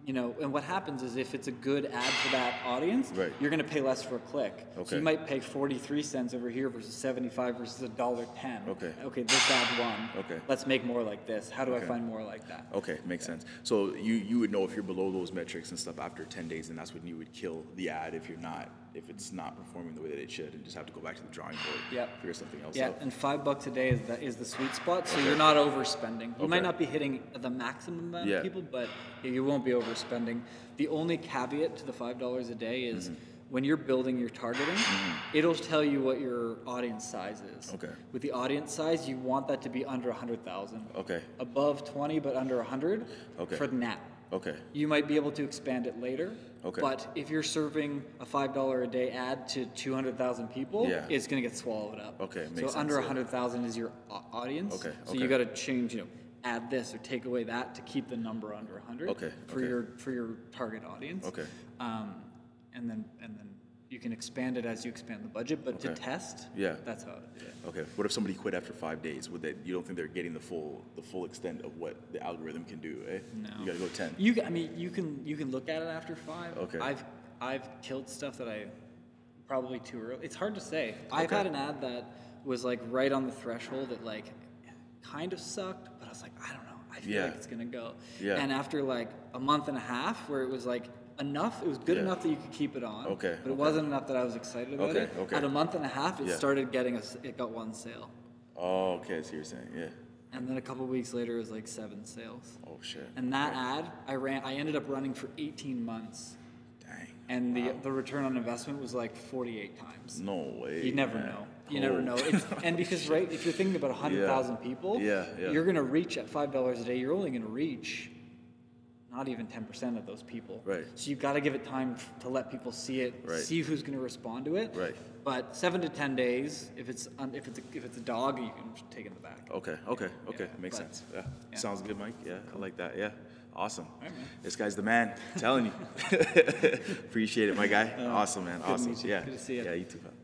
you know, and what happens is if it's a good ad for that audience,
Right.
you're going to pay less for a click. So
Okay.
you might pay 43 cents over here versus 75 versus a dollar 10.
Okay.
Okay, this ad won.
Okay.
Let's make more like this. How do I
Okay.
find more like that?
Okay, makes sense.
So you, you would know if you're below those metrics and stuff after 10 days, and that's when you would kill the ad if you're not, if it's not performing the way that it should, and just have to go back to the drawing board,
Yep.
figure something else
Yeah,
out.
and five bucks a day is the, is the sweet spot. So you're not overspending. You
Okay.
might not be hitting the maximum amount
Yeah.
of people, but you won't be overspending. The only caveat to the five dollars a day is
Mm-hmm.
when you're building your targeting, it'll tell you what your audience size is.
Okay.
With the audience size, you want that to be under hundred thousand.
Okay.
Above twenty, but under hundred.
Okay.
For now.
Okay.
You might be able to expand it later.
Okay.
But if you're serving a five dollar a day ad to two hundred thousand people,
Yeah.
it's gonna get swallowed up.
Okay,
so
makes
under
sense, yeah.
hundred thousand is your au- audience.
Okay,
So
okay.
you got to change, you know, add this or take away that to keep the number under hundred.
Okay,
For
okay.
your for your target audience.
Okay.
Um, and then and then you can expand it as you expand the budget, but to
Okay.
test,
Yeah.
that's how. It, yeah.
Okay. What if somebody quit after five days? Would they, you don't think they're getting the full the full extent of what the algorithm can do? Eh?
No.
You gotta go ten.
You, ca- I mean, you can you can look at it after five.
Okay.
I've I've killed stuff that I probably too early. It's hard to say. I've
Okay.
had an ad that was like right on the threshold that like kind of sucked, but I was like, I don't know. I feel
Yeah.
like it's gonna go.
Yeah.
And after like a month and a half, where it was like enough, it was good
Yeah.
enough that you could keep it on.
Okay,
But
okay.
it wasn't enough that I was excited about
Okay,
it.
okay.
At a month and a half, it
Yeah.
started getting us. It got one sale,
Oh, okay. I see what you're saying. Yeah.
and then a couple weeks later, it was like seven sales.
Oh shit.
And that ad, I ran. I ended up running for 18 months,
Dang.
and the the return on investment was like 48 times.
No way.
You never
man.
know. You never
[laughs]
know. It's, and because right, if you're thinking about 100,000 people,
Yeah, yeah.
you're gonna reach at five dollars a day. You're only gonna reach not even 10% of those people.
Right.
So you've got to give it time f- to let people see it,
Right.
see who's gonna respond to it.
Right.
But seven to 10 days, if it's un, if it's a, if it's a dog, you can take it in the back.
Okay. Okay. Okay.
Yeah,
Makes
but-
sense. Yeah.
yeah.
Sounds good, Mike. Yeah. I like that. Yeah. Awesome.
right, man.
This guy's
[laughs]
the man. I'm telling you. [laughs] Appreciate it, my guy. awesome, man.
to
awesome.
meet you.
Yeah.
Good to see you.
Yeah. You too. Man.